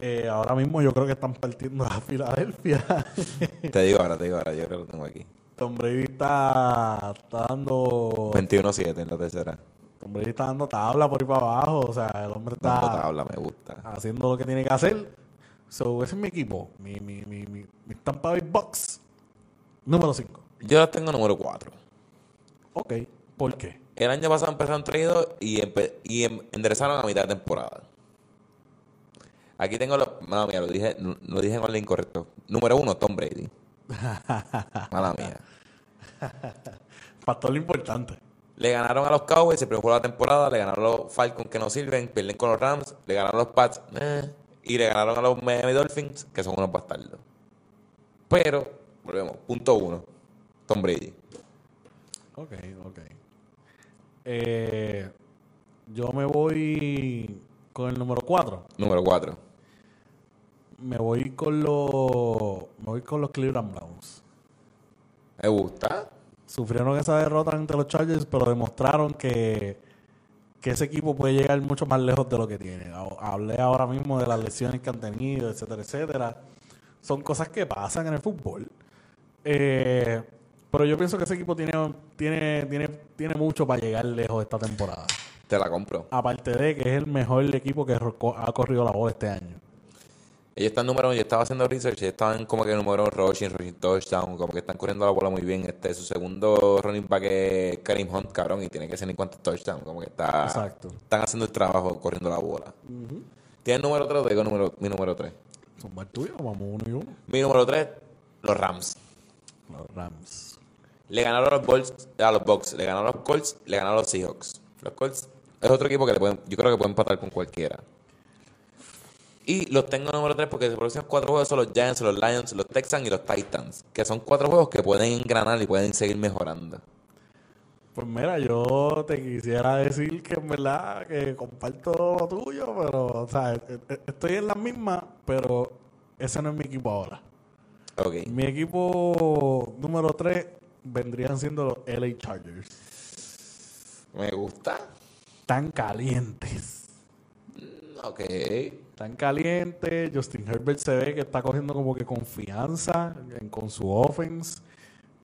Speaker 2: Eh, ahora mismo yo creo que están partiendo a Filadelfia.
Speaker 1: Te digo ahora, te digo ahora. Yo creo que lo tengo aquí.
Speaker 2: Tom Brady está, está dando
Speaker 1: 21-7 en la tercera.
Speaker 2: Tom Brady está dando tabla por ahí para abajo. O sea, el hombre está
Speaker 1: Dando tabla, me gusta.
Speaker 2: haciendo lo que tiene que hacer. So, ese es mi equipo. Mi, mi, mi, mi, mi Tampa Bay Bucks. Número 5.
Speaker 1: Yo los tengo número 4.
Speaker 2: Ok. ¿Por qué?
Speaker 1: El año pasado empezaron traído y, empe- y em- enderezaron a mitad de temporada. Aquí tengo los. Mala mía, lo dije, lo dije en orden incorrecto. Número 1, Tom Brady. Mala mía.
Speaker 2: Factor importante.
Speaker 1: Le ganaron a los Cowboys, se preocupó la temporada. Le ganaron a los Falcons, que no sirven. Pierden con los Rams. Le ganaron a los Pats. eh, y le ganaron a los Miami Dolphins, que son unos bastardos. Pero, volvemos. Punto 1. Tom Brady.
Speaker 2: Ok, ok. Eh, yo me voy con el número 4.
Speaker 1: Número 4.
Speaker 2: Me voy con los me voy con los Cleveland Browns.
Speaker 1: Me gusta.
Speaker 2: Sufrieron esa derrota ante los Chargers, pero demostraron que, que ese equipo puede llegar mucho más lejos de lo que tiene. Ha- Hablé ahora mismo de las lesiones que han tenido, etcétera, etcétera. Son cosas que pasan en el fútbol. Eh, pero yo pienso que ese equipo tiene, tiene, tiene, tiene mucho para llegar lejos esta temporada.
Speaker 1: Te la compro.
Speaker 2: Aparte de que es el mejor equipo que ro- ha corrido la bola este año.
Speaker 1: Ellos están número uno, yo estaba haciendo research, ellos estaban como que número uno, rushing, rushing touchdown, como que están corriendo la bola muy bien. Este, su segundo running back es Karim Hunt, cabrón, y tiene que ser en cuanto touchdown, como que está,
Speaker 2: Exacto.
Speaker 1: están haciendo el trabajo corriendo la bola. Tiene número 3, digo número, mi número 3.
Speaker 2: Son más tuyos, vamos uno y uno.
Speaker 1: Mi número 3, los Rams.
Speaker 2: Los Rams.
Speaker 1: Le ganaron a los Bulls, a los Bucks, le ganaron a los Colts, le ganaron a los Seahawks. Los Colts es otro equipo que le pueden, yo creo que pueden empatar con cualquiera. Y los tengo número 3 porque los próximos cuatro juegos son los Giants, los Lions, los Texans y los Titans. Que son cuatro juegos que pueden engranar y pueden seguir mejorando.
Speaker 2: Pues mira, yo te quisiera decir que en verdad que comparto lo tuyo, pero o sea, e- e- estoy en la misma, pero ese no es mi equipo ahora.
Speaker 1: Ok.
Speaker 2: Mi equipo número 3 vendrían siendo los LA Chargers.
Speaker 1: Me gusta.
Speaker 2: Tan calientes.
Speaker 1: Ok.
Speaker 2: Tan caliente. Justin Herbert se ve que está cogiendo como que confianza en- con su offense.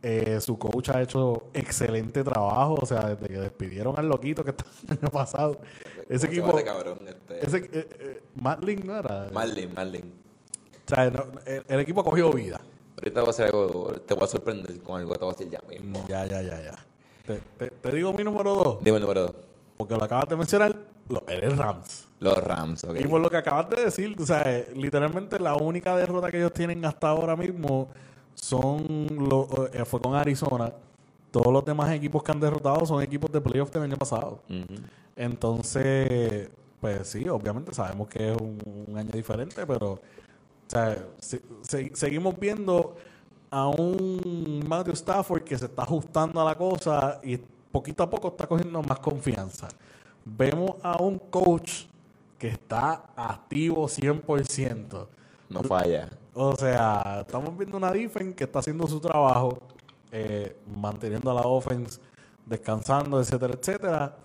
Speaker 2: Eh, su coach ha hecho excelente trabajo. O sea, desde que despidieron al loquito que estaba el año pasado.
Speaker 1: ¿Cómo se
Speaker 2: Ese equipo.
Speaker 1: llama cabrón. Este?
Speaker 2: Ese, eh, eh, Matlin no era.
Speaker 1: Marlin, Marlin.
Speaker 2: O sea, no, el, el equipo ha cogido vida.
Speaker 1: Ahorita voy a hacer algo, te voy a sorprender con algo que te voy a decir ya mismo.
Speaker 2: Ya, ya, ya, ya. Te, te- te digo mi número dos,
Speaker 1: Dime el número dos.
Speaker 2: porque lo acabas de mencionar, lo, eres Rams.
Speaker 1: Los Rams, ok.
Speaker 2: Y por lo que acabas de decir, tú sabes, literalmente la única derrota que ellos tienen hasta ahora mismo son los, eh, fue con Arizona. Todos los demás equipos que han derrotado son equipos de playoff del año pasado.
Speaker 1: Ujú.
Speaker 2: Entonces, pues sí, obviamente sabemos que es un, un año diferente, pero o sea, se- se- seguimos viendo a un Matthew Stafford que se está ajustando a la cosa y poquito a poco está cogiendo más confianza. Vemos a un coach que está activo 100%.
Speaker 1: No falla.
Speaker 2: O sea, estamos viendo una defense que está haciendo su trabajo, eh, manteniendo a la offense, descansando, etcétera, etcétera.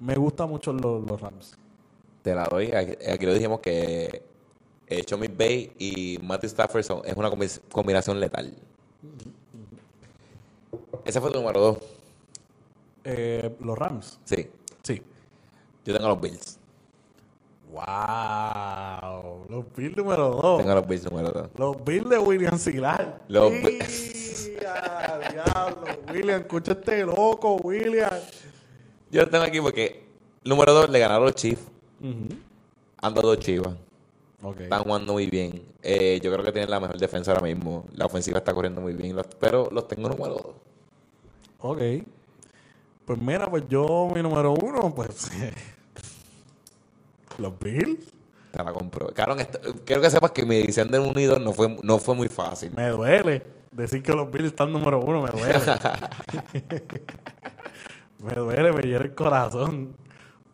Speaker 2: Me gustan mucho los, los Rams.
Speaker 1: Te la doy. Aquí, aquí lo dijimos que eh, Chomis Bay y Matthew Stafford son- es una combi- combinación letal. Ese fue tu número dos.
Speaker 2: Eh, los Rams,
Speaker 1: Sí.
Speaker 2: sí.
Speaker 1: Yo tengo a los Bills.
Speaker 2: ¡Wow! Los Bills número 2.
Speaker 1: Tengo a los Bills número dos.
Speaker 2: Los Bills de William Silar.
Speaker 1: Los
Speaker 2: ¡Y a diablo! William, escucha este loco, William.
Speaker 1: Yo lo tengo aquí porque número dos le ganaron los Chiefs. Han dado Chivas.
Speaker 2: Ok.
Speaker 1: Están jugando muy bien. Eh, yo creo que tienen la mejor defensa ahora mismo. La ofensiva está corriendo muy bien. Los- pero los tengo número dos.
Speaker 2: Ok. Pues mira, pues yo, mi número uno, pues. Los Bills.
Speaker 1: Te la compro. Cabrón, esto- quiero que sepas que mi edición de Unidos no fue, no fue muy fácil.
Speaker 2: Me duele. Decir que los Bills están número uno, me duele. me duele, me hiere el corazón.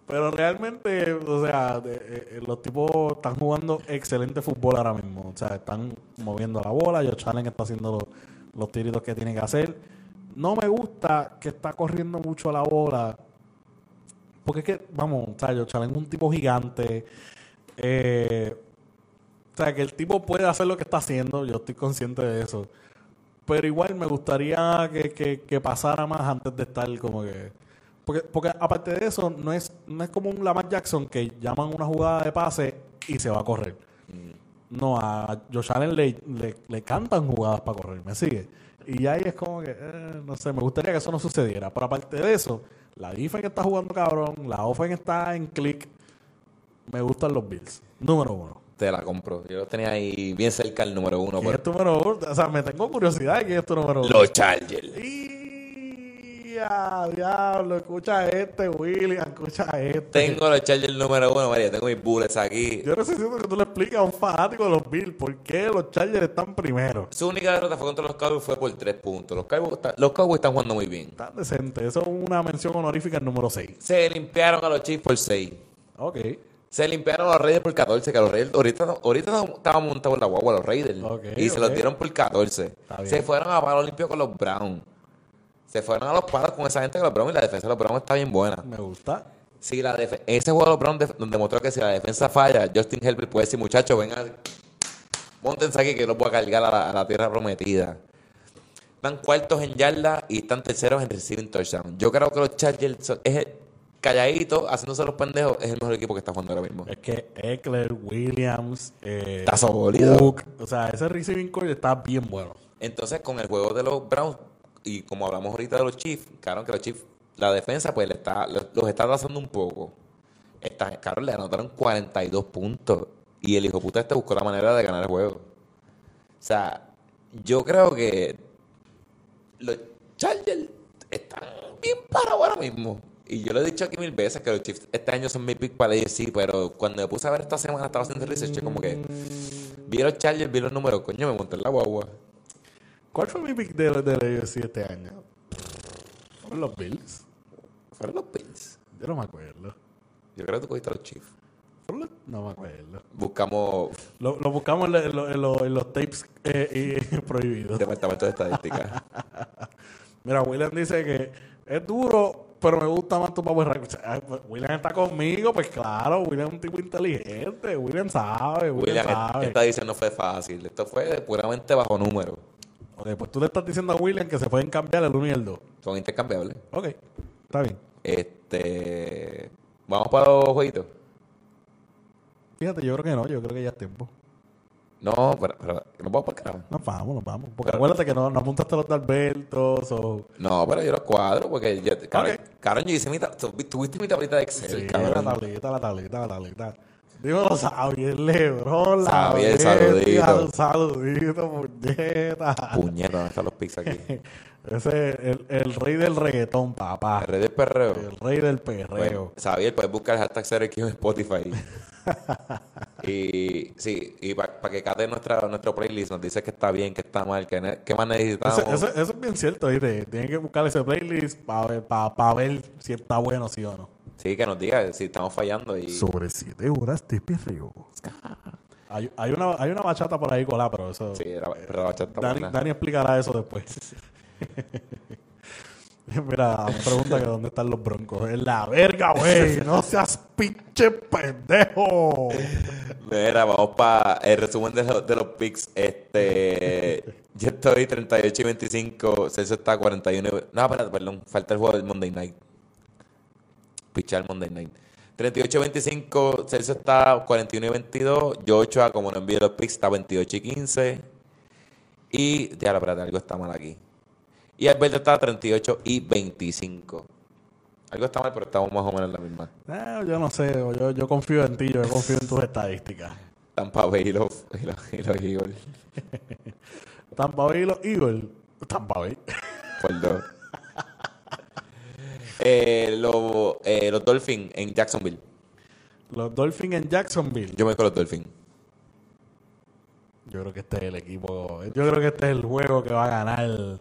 Speaker 2: Pero realmente, o sea, de- eh, eh, los tipos están jugando excelente fútbol ahora mismo. O sea, están moviendo la bola. Josh Allen está haciendo los, los tiritos que tiene que hacer. No me gusta que está corriendo mucho la bola. Porque es que, vamos, o sea, Josh Allen es un tipo gigante. Eh, o sea, que el tipo puede hacer lo que está haciendo, yo estoy consciente de eso. Pero igual me gustaría que, que- que pasara más antes de estar como que... Porque, porque aparte de eso, no es, no es como un Lamar Jackson que llaman una jugada de pase y se va a correr. No, a Josh Allen le, le- le cantan jugadas para correr, ¿me sigue? Y ahí es como que, eh, no sé, me gustaría que eso no sucediera. Pero aparte de eso, la defense está jugando cabrón, la offense está en click. Me gustan los Bills. Número uno.
Speaker 1: Te la compro. Yo los tenía ahí bien cerca el número uno.
Speaker 2: ¿Quién
Speaker 1: pero-
Speaker 2: es tu número uno? O sea, me tengo curiosidad de quién es tu número uno.
Speaker 1: Los Chargers.
Speaker 2: ¡Y a diablo! Escucha a este, William, escucha a este.
Speaker 1: Tengo a los Chargers número uno, María. Tengo mis bullets aquí.
Speaker 2: Yo necesito que tú le expliques a un fanático de los Bills por qué los Chargers están primero.
Speaker 1: Su única derrota fue contra los Cowboys fue por tres puntos. Los Cowboys, está- los Cowboys están jugando muy bien.
Speaker 2: Están decentes. Eso es una mención honorífica al número 6.
Speaker 1: Se limpiaron a los Chiefs por seis.
Speaker 2: Ok,
Speaker 1: Se limpiaron a los Raiders por 14, que los Raiders ahorita, no- ahorita no estaban montados en la guagua los Raiders.
Speaker 2: Ok,
Speaker 1: y se los
Speaker 2: ok.
Speaker 1: dieron por 14.
Speaker 2: Está bien.
Speaker 1: Se fueron a palo limpio con los Browns. Se fueron a los palos con esa gente de los Browns y la defensa de los Browns está bien buena.
Speaker 2: me gusta.
Speaker 1: Si la def- ese juego de los Browns def- demostró que si la defensa falla, Justin Herbert puede decir, muchachos, vengan, montense aquí que yo los voy a cargar a la, a la tierra prometida. Están cuartos en yarda y están terceros en receiving touchdown. Yo creo que los Chargers son- es el- calladito, haciéndose los pendejos, es el mejor equipo que está jugando ahora mismo.
Speaker 2: Es que Eckler, Williams, eh,
Speaker 1: Está sólido.
Speaker 2: Cook, o sea, ese receiving core está bien bueno.
Speaker 1: Entonces, con el juego de los Browns, y como hablamos ahorita de los Chiefs, claro que los Chiefs, la defensa, pues le está, los, los está atrasando un poco. Está, claro, le anotaron 42 puntos. Y el hijo puta este buscó la manera de ganar el juego. O sea, yo creo que los Chargers están bien parados ahora mismo. Y yo lo he dicho aquí mil veces que los Chiefs este año son mi pick para ellos, sí, pero cuando me puse a ver esta semana estaba haciendo research, yo como que vi los Chargers, vi los números, coño, me monté en la guagua.
Speaker 2: ¿Cuál fue mi pick de, de la UFC este año? Fueron los Bills.
Speaker 1: ¿Fueron los Bills?
Speaker 2: Yo no me acuerdo.
Speaker 1: Yo creo que tú cogiste a los Chiefs.
Speaker 2: Fueron los- No me acuerdo.
Speaker 1: Buscamos
Speaker 2: Lo, lo buscamos en, lo- en lo- en lo- en los tapes eh, y- prohibidos.
Speaker 1: departamento de estadística.
Speaker 2: Mira, William dice que es duro, pero me gusta más tu papo de racucha. Ay, pues, William está conmigo, pues claro, William es un tipo inteligente. William sabe,
Speaker 1: William,
Speaker 2: William, sabe.
Speaker 1: esta edición no fue fácil. Esto fue puramente bajo número.
Speaker 2: Ok, pues tú le estás diciendo a William que se pueden cambiar el 1 y el 2.
Speaker 1: Son intercambiables.
Speaker 2: Ok, está bien.
Speaker 1: Este. Vamos para los jueguitos.
Speaker 2: Fíjate, yo creo que no, yo creo que ya es tiempo.
Speaker 1: No, pero, pero no puedo por carajo.
Speaker 2: Nos vamos, nos vamos. Porque acuérdate que no, no apuntaste los de Alberto. o...
Speaker 1: No, pero yo los cuadro porque yo, cabrón,
Speaker 2: Ok.
Speaker 1: cabrón, yo hice mi ta- tú- tuviste mi tablita de Excel,
Speaker 2: Sí, la
Speaker 1: cabrón.
Speaker 2: tableta, la tableta, la tableta. Dímelo, Xavier Lebron. la
Speaker 1: Xavier,
Speaker 2: bestia,
Speaker 1: saludito.
Speaker 2: Saludito, puñeta.
Speaker 1: Puñeta, ¿dónde están los pics aquí?
Speaker 2: Ese es el, el rey del reggaetón, papá.
Speaker 1: Red del perreo.
Speaker 2: El rey del perreo.
Speaker 1: Pues, Xavier, puedes buscar el hashtag CRQ en Spotify. y sí, y para que cate nuestra, nuestro playlist, nos dice que está bien, que está mal, que, ne- que más necesitamos.
Speaker 2: Ese- Eso, eso es bien cierto, ¿viste? Tienen que buscar ese playlist para ver, pa- pa ver si está bueno, sí o no.
Speaker 1: Sí, que nos diga si estamos fallando. Y...
Speaker 2: Sobre 7 horas de perreo. Hay, hay, una, hay una bachata por ahí colada, pero eso.
Speaker 1: Sí, la, pero la bachata está
Speaker 2: Dani,
Speaker 1: buena.
Speaker 2: Dani explicará eso después. Mira, me pregunta que dónde están los broncos. En la verga, güey. No seas pinche pendejo.
Speaker 1: Mira, vamos para el resumen de, los- de los picks. Este, yo estoy 38 y 25, Celso está 41 y... No, espérate, perdón, falta el juego del Monday Night. Pichar Monday Night. 38 y 25, Celso está 41 y 22, Joshua, como no envío los picks, está 28 y 15. Y, ya, espérate, algo está mal aquí. Y Alberto está 38 y 25. Algo está mal, pero estamos más o menos en la misma.
Speaker 2: Eh, yo no sé, yo, yo confío en ti, yo confío en tus estadísticas.
Speaker 1: Tampa Bay y los, y los, y los Eagles.
Speaker 2: Tampa Bay y los Eagles. Tampa Bay.
Speaker 1: Por dos. Eh, lo- eh, los Dolphins en Jacksonville.
Speaker 2: Los Dolphins en Jacksonville.
Speaker 1: Yo me voy con los Dolphins.
Speaker 2: Yo creo que este es el equipo. Yo creo que este es el juego que va a ganar.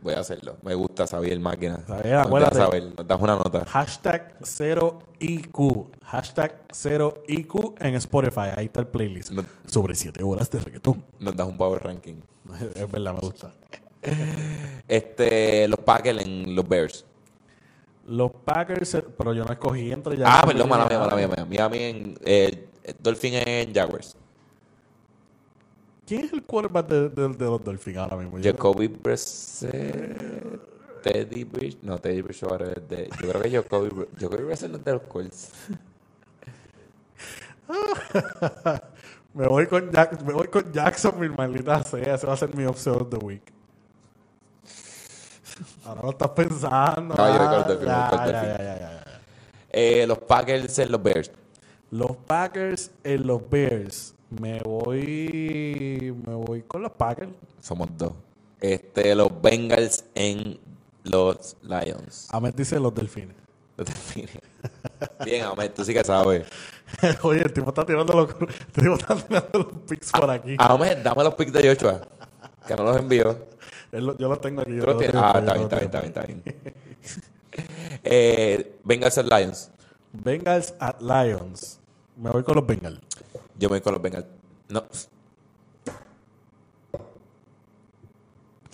Speaker 1: Voy a hacerlo. Me gusta Xavier Máquina.
Speaker 2: Xavier,
Speaker 1: Nos
Speaker 2: acuérdate.
Speaker 1: deja saber, nos das una nota.
Speaker 2: Hashtag 0IQ. Hashtag 0IQ en Spotify. Ahí está el playlist.
Speaker 1: No.
Speaker 2: Sobre 7 horas de reggaetón.
Speaker 1: Nos das un power ranking.
Speaker 2: Es verdad, me gusta.
Speaker 1: Este, los Packers en los Bears.
Speaker 2: Los Packers, eh, pero yo no escogí entre ya.
Speaker 1: ah, perdón, mala mía, mala mía, mala mía. Miami en eh, Dolphins en Jaguars.
Speaker 2: ¿Quién es el quarterback de, de- de los Dolphins ahora mismo? Yo-
Speaker 1: Jacoby Brissett. Teddy Bridge. No, Teddy Bridge es de. Yo creo que Jacoby, Br- Jacoby Brissett no es de los Colts.
Speaker 2: me, voy con Jack- me voy con Jackson, mi maldita sea. Ese va a ser mi opción of the week. Ahora lo estás pensando.
Speaker 1: No, yo voy con los
Speaker 2: ah,
Speaker 1: Dolphins, voy con los
Speaker 2: ya, ya,
Speaker 1: Dolphins.
Speaker 2: ya, ya, ya.
Speaker 1: Eh, los Packers en los Bears.
Speaker 2: Los Packers en los Bears. Me voy. Me voy con los Packers.
Speaker 1: Somos dos. Este, los Bengals en los Lions.
Speaker 2: Ahmed dice los Delfines.
Speaker 1: Los delfines. Bien, Ahmed, tú sí que sabes.
Speaker 2: Oye, el tipo está tirando los, el tipo está tirando los picks por aquí.
Speaker 1: Ahmed, dame los picks de Joshua. Que no los envío.
Speaker 2: Él lo- yo los tengo aquí. yo
Speaker 1: Tú los
Speaker 2: los
Speaker 1: tienes.
Speaker 2: tengo
Speaker 1: Ah,
Speaker 2: aquí,
Speaker 1: está
Speaker 2: yo
Speaker 1: bien, está
Speaker 2: los
Speaker 1: bien, está
Speaker 2: tengo
Speaker 1: bien, está bien. Eh, Bengals en Lions.
Speaker 2: aquí. Bengals at Lions. Me voy con los Bengals.
Speaker 1: Yo me voy con los Bengals. No.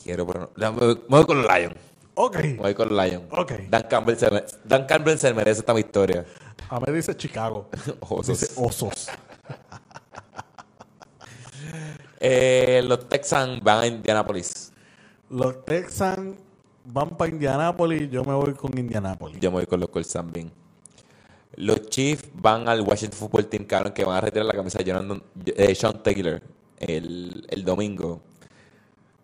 Speaker 1: Quiero, pero no. No, Me voy me voy con los Lions.
Speaker 2: Ok.
Speaker 1: Me voy con los Lions.
Speaker 2: Ok.
Speaker 1: Dan Campbell se, me- Dan Campbell se merece esta victoria. Oh,
Speaker 2: Ahmed dice Chicago.
Speaker 1: Osos.
Speaker 2: Dice Osos.
Speaker 1: Eh, los Texans van a Indianapolis.
Speaker 2: Los Texans van para Indianapolis. Yo me voy con Indianapolis.
Speaker 1: Yo me voy con los Colts también. Los Chiefs van al Washington Football Team, cabrón, que van a retirar la camisa de Jonathan- eh, Sean Taylor el, el domingo.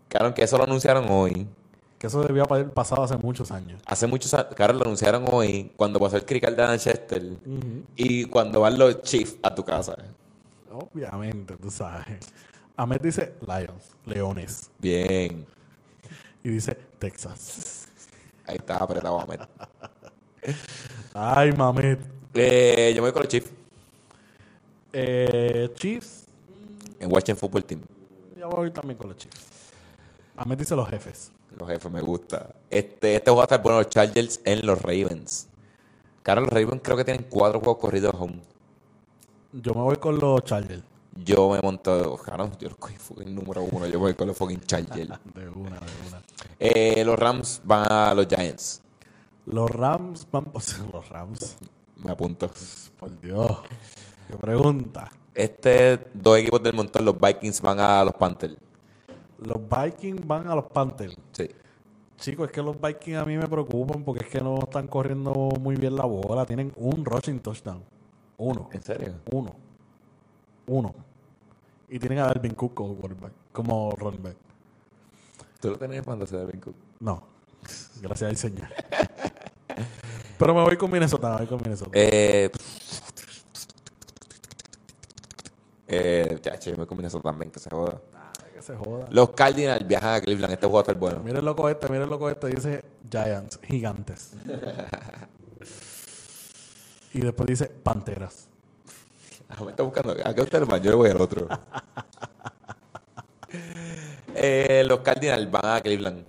Speaker 1: Cabrón, que eso lo anunciaron hoy.
Speaker 2: Que eso debió haber pasado hace muchos años.
Speaker 1: Hace muchos años, cabrón, lo anunciaron hoy cuando pasó el cricket de Manchester y cuando van los Chiefs a tu casa.
Speaker 2: Obviamente, tú sabes. Ahmed dice Lions, Leones.
Speaker 1: Bien.
Speaker 2: Y dice Texas.
Speaker 1: Ahí está apretado, Ahmed.
Speaker 2: Ay, Mamet.
Speaker 1: Eh, yo me voy con los Chiefs
Speaker 2: Eh, Chiefs.
Speaker 1: en Washington Football Team.
Speaker 2: Yo voy también con los Chiefs. Ahmed dice los jefes.
Speaker 1: Los jefes me gusta. Este, este juego va a estar bueno, los Chargers en los Ravens. Claro, los Ravens creo que tienen cuatro juegos corridos home.
Speaker 2: Yo me voy con los Chargers.
Speaker 1: Yo me monto, claro, yo los cogí fucking número uno, yo voy con los fucking Chargers.
Speaker 2: De una, de una.
Speaker 1: Eh, los Rams van a los Giants.
Speaker 2: Los Rams van por los Rams.
Speaker 1: Me apunto.
Speaker 2: Por Dios. Qué pregunta.
Speaker 1: Este, dos equipos del montón, los Vikings van a los Panthers.
Speaker 2: Los Vikings van a los Panthers.
Speaker 1: Sí.
Speaker 2: Chicos, es que los Vikings a mí me preocupan porque es que no están corriendo muy bien la bola. Tienen un rushing touchdown. Uno.
Speaker 1: ¿En serio?
Speaker 2: Uno. Uno. Y tienen a Dalvin Cook como quarterback, como running back.
Speaker 1: Tú lo tenías fantasía de Dalvin Cook.
Speaker 2: No. Gracias al Señor. Pero me voy con Minnesota, me voy con Minnesota.
Speaker 1: Eh, eh, chacho, yo me combino eso también, que se joda.
Speaker 2: que se joda.
Speaker 1: Los Cardinals viajan a Cleveland. Este juego va a estar bueno.
Speaker 2: Mira el loco este, mira el loco este. Dice Giants, gigantes. y después dice Panteras.
Speaker 1: Ah, me está buscando. ¿A qué usted le va? Yo le voy al otro. Eh, los Cardinals van a Cleveland.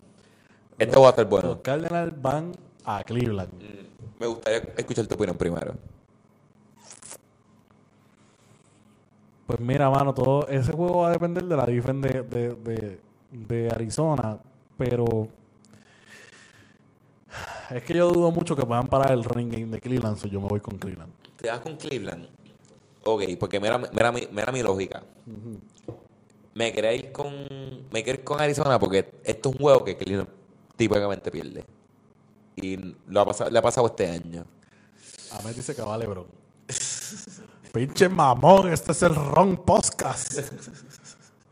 Speaker 1: Este juego va a estar
Speaker 2: Los
Speaker 1: bueno.
Speaker 2: Cardinals van a Cleveland.
Speaker 1: Me gustaría escuchar tu opinión primero.
Speaker 2: Pues mira, mano, todo ese juego va a depender de la defensa de, de, de- de Arizona, pero es que yo dudo mucho que puedan parar el running game de Cleveland, so yo me voy con Cleveland.
Speaker 1: ¿Te das con Cleveland? Ok, porque mira, mira, mi- mira mi lógica. Me quería ir con. Me quería ir con Arizona porque esto es un juego que Cleveland típicamente pierde. Y lo ha pasado, le ha pasado este año.
Speaker 2: A mí dice que va LeBron. Pinche mamón, este es el Ron Podcast.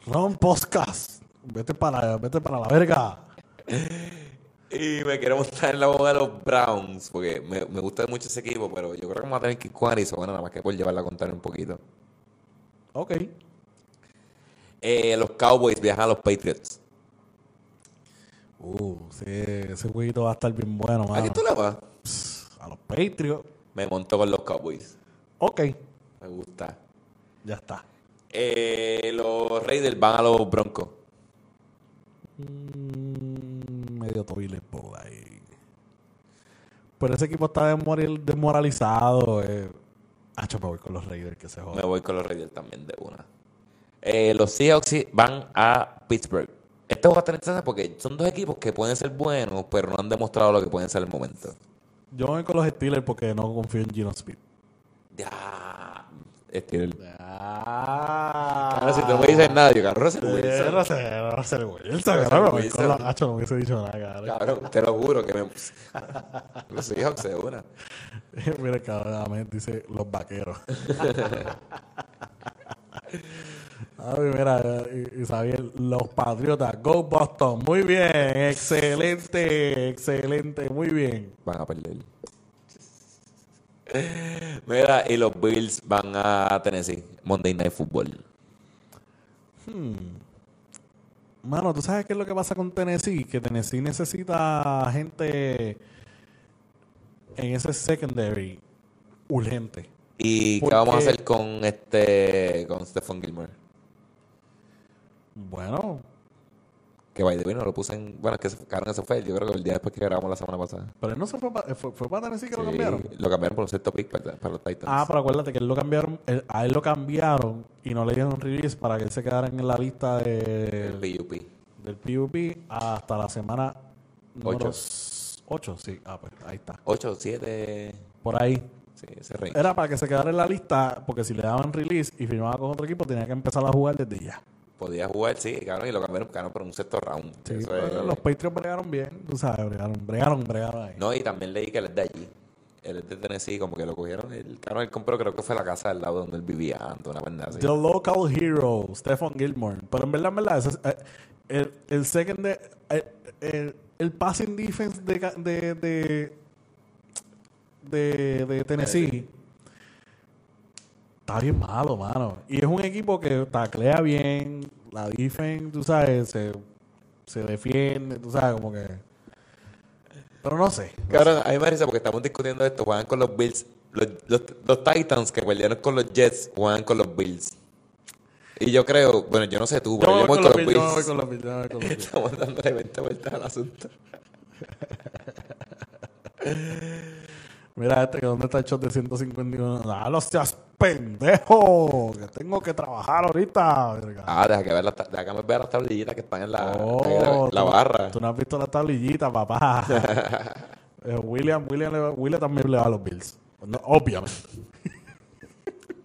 Speaker 2: Ron Podcast. Vete para, vete para la verga.
Speaker 1: Y me quiero montar en la boda de los Browns, porque me, me gusta mucho ese equipo, pero yo creo que vamos a tener que ir con Arizona, nada más que por llevarla a contar un poquito.
Speaker 2: Ok.
Speaker 1: Eh, los Cowboys viajan a los Patriots.
Speaker 2: Uh, sí, ese jueguito va a estar bien bueno,
Speaker 1: ¿A qué
Speaker 2: mano.
Speaker 1: tú le vas?
Speaker 2: A los Patriots.
Speaker 1: Me monto con los Cowboys.
Speaker 2: Ok,
Speaker 1: Me gusta.
Speaker 2: ya está.
Speaker 1: Eh, los Raiders van a los Broncos.
Speaker 2: Mm, medio toilet por ahí. Pero ese equipo está desmoral- desmoralizado. Eh. Ah, yo me voy con los Raiders, que se
Speaker 1: Me
Speaker 2: jodan.
Speaker 1: voy con los Raiders también de una. Eh, los Seahawks van a Pittsburgh. Este juego va a estar interesante porque son dos equipos que pueden ser buenos, pero no han demostrado lo que pueden ser en el momento.
Speaker 2: Yo me voy con los Steelers porque no confío en Gino Speed.
Speaker 1: Ya. Este, el-
Speaker 2: Ah,
Speaker 1: Ahora si tú no me dices nada, yo cabrón, Russell Wilson.
Speaker 2: No sé, no sé, güey. Él
Speaker 1: Russell
Speaker 2: sabe, cabrón, me voy
Speaker 1: Wilson.
Speaker 2: con los- Acho, no hubiese dicho nada, cabrón.
Speaker 1: Cabrón, te lo juro que me. Los Seahawks se una.
Speaker 2: Mira, cabrón, amén, dice los vaqueros. Ay, mira, eh, Isabel, los patriotas, go Boston, muy bien, excelente, excelente, muy bien.
Speaker 1: Van a perder. Mira, y los Bills van a Tennessee. Monday Night Football.
Speaker 2: Mano, ¿tú sabes qué es lo que pasa con Tennessee? Que Tennessee necesita gente en ese secondary urgente.
Speaker 1: ¿Y qué
Speaker 2: Porque-
Speaker 1: vamos a hacer con este. con Stephon Gilmore?
Speaker 2: Bueno,
Speaker 1: Que by the way, no lo puse en. Bueno, es que se cabrón, ese fue. Yo creo que el día después que grabamos la semana pasada.
Speaker 2: pero él no se fue para, fue, fue para Tennessee que lo
Speaker 1: Sí,
Speaker 2: cambiaron.
Speaker 1: Lo cambiaron por un sexto pick para, para los Titans.
Speaker 2: Ah, pero acuérdate que él lo cambiaron, él- a él lo cambiaron y no le dieron release para que él se quedara en la lista
Speaker 1: el
Speaker 2: de-
Speaker 1: PUP.
Speaker 2: del PUP hasta la semana
Speaker 1: Ocho.
Speaker 2: 8, sí. Ah, pues ahí está.
Speaker 1: 8, 7.
Speaker 2: Por ahí.
Speaker 1: Sí, ese rey.
Speaker 2: Era para que se quedara en la lista porque si le daban release y firmaba con otro equipo tenía que empezar a jugar desde ya.
Speaker 1: Podía jugar, sí, cabrón, y lo cambiaron, cabrón, por un sexto round.
Speaker 2: Sí,
Speaker 1: Eso
Speaker 2: pero
Speaker 1: es-
Speaker 2: Los Patriots bregaron bien, tú sabes, bregaron, bregaron, bregaron ahí.
Speaker 1: No, y también leí que él es de allí. Él es de Tennessee, como que lo cogieron. El cabrón, él compró, creo que fue la casa al lado donde él vivía antes, una pendeja así.
Speaker 2: The Local Hero, Stephen Gilmore. Pero en verdad, en verdad, ese es, eh, el, el second de- eh, el, el passing defense de, Ga- de, de, de, de Tennessee está bien malo, mano. Y es un equipo que taclea bien, la defense, tú sabes, se, se defiende, tú sabes, como que... Pero no sé.
Speaker 1: Cabrón, a mí me parece porque estamos discutiendo esto. Juegan con los Bills. Los, los- los Titans que perdieron con los Jets juegan con los Bills. Y yo creo, bueno, yo no sé tú, pero yo,
Speaker 2: Yo me
Speaker 1: voy con los Bills.
Speaker 2: yo me voy con los Bills, yo me voy con los Bills.
Speaker 1: Estamos dándole 20 vueltas al asunto.
Speaker 2: Mira este que dónde está el shot de 151. Ah, no seas pendejo. Que tengo que trabajar ahorita. verga.
Speaker 1: Ah, deja que ver las ta- déjame ver las tablillitas que están en la, en la-
Speaker 2: Oh,
Speaker 1: la
Speaker 2: tú no-
Speaker 1: barra.
Speaker 2: Tú no has visto la tablillita, papá. Eh, William, William, le va- William también le va a los Bills. No, obviamente.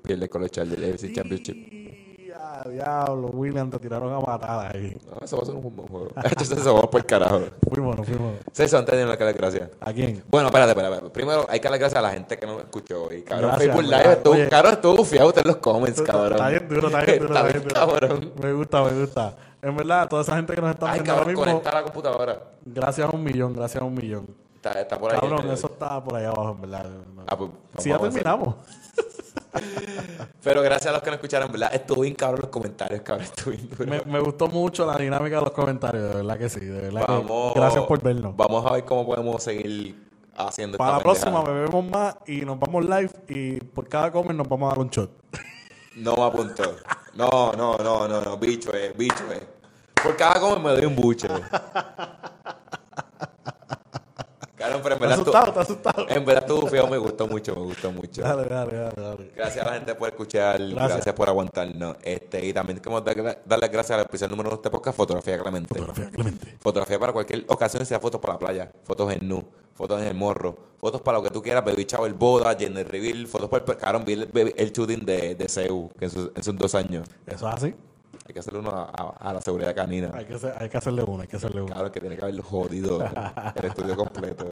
Speaker 1: Pierde con los Chargers AFC eh, Championship.
Speaker 2: Y, ah, ah, diablo, William, te tiraron a matar ahí.
Speaker 1: No, eso va a ser un buen juego. Entonces, eso vamos por el carajo.
Speaker 2: Fuimos, nos fuimos.
Speaker 1: César, antes de irnos a la gracias.
Speaker 2: ¿A quién?
Speaker 1: Bueno, espérate, espérate, espérate. Primero hay que darle gracias a la gente que nos escuchó. Y cabrón,
Speaker 2: Gracias,
Speaker 1: Facebook
Speaker 2: mira,
Speaker 1: Live estuvo,
Speaker 2: oye.
Speaker 1: cabrón, estuvo fiado en los comments, cabrón.
Speaker 2: Está bien duro, está bien duro.
Speaker 1: Está
Speaker 2: bien
Speaker 1: bien,
Speaker 2: duro.
Speaker 1: cabrón.
Speaker 2: Me gusta, me gusta. En verdad, toda esa gente que nos está
Speaker 1: Ay,
Speaker 2: viendo ahora
Speaker 1: cabrón,
Speaker 2: mismo,
Speaker 1: conecta la computadora.
Speaker 2: gracias a un millón, gracias a un millón.
Speaker 1: Está, está por ahí.
Speaker 2: Cabrón,
Speaker 1: Eh,
Speaker 2: eso está por ahí abajo, en verdad.
Speaker 1: Ah, pues,
Speaker 2: Si ya
Speaker 1: vamos a hacer-
Speaker 2: terminamos.
Speaker 1: Pero gracias a los que nos escucharon, ¿verdad? Estuvo bien, cabrón, los comentarios, cabrón. Estuvo bien duro.
Speaker 2: Me, me gustó mucho la dinámica de los comentarios, de verdad que sí. De verdad que-
Speaker 1: Vamos.
Speaker 2: gracias por vernos.
Speaker 1: Vamos a ver cómo podemos seguir haciendo
Speaker 2: Para la
Speaker 1: esta pendejada.
Speaker 2: próxima bebemos más y nos vamos live y por cada comer nos vamos a dar un shot.
Speaker 1: No me apuntó. No, no, no, no, no. Bicho es, bicho es. Por cada come me doy un buche. Claro, pero en verdad
Speaker 2: ¿Estás
Speaker 1: tú-
Speaker 2: asustado? ¿Estás asustado?
Speaker 1: En verdad tu bufeo me gustó mucho, me gustó mucho.
Speaker 2: Dale, dale, dale, dale.
Speaker 1: Gracias a la gente por escuchar, gracias, por aguantarnos. Este, y también queremos dar, dar las gracias al especial número 2 de este podcast, Fotografía Clemente.
Speaker 2: Fotografía Clemente.
Speaker 1: Fotografía para cualquier ocasión, sea fotos para la playa, fotos en nu, fotos en el morro, fotos para lo que tú quieras, baby el boda, gender reveal, fotos para el cabrón, vi el, baby- el shooting de, de CEU, que en sus, en sus dos años.
Speaker 2: Eso es así.
Speaker 1: Hay que hacerle uno a, a- a la seguridad canina.
Speaker 2: Hay que, hacer- hay que hacerle uno, hay que hacerle uno.
Speaker 1: Claro, que tiene que haberlo jodido el estudio completo.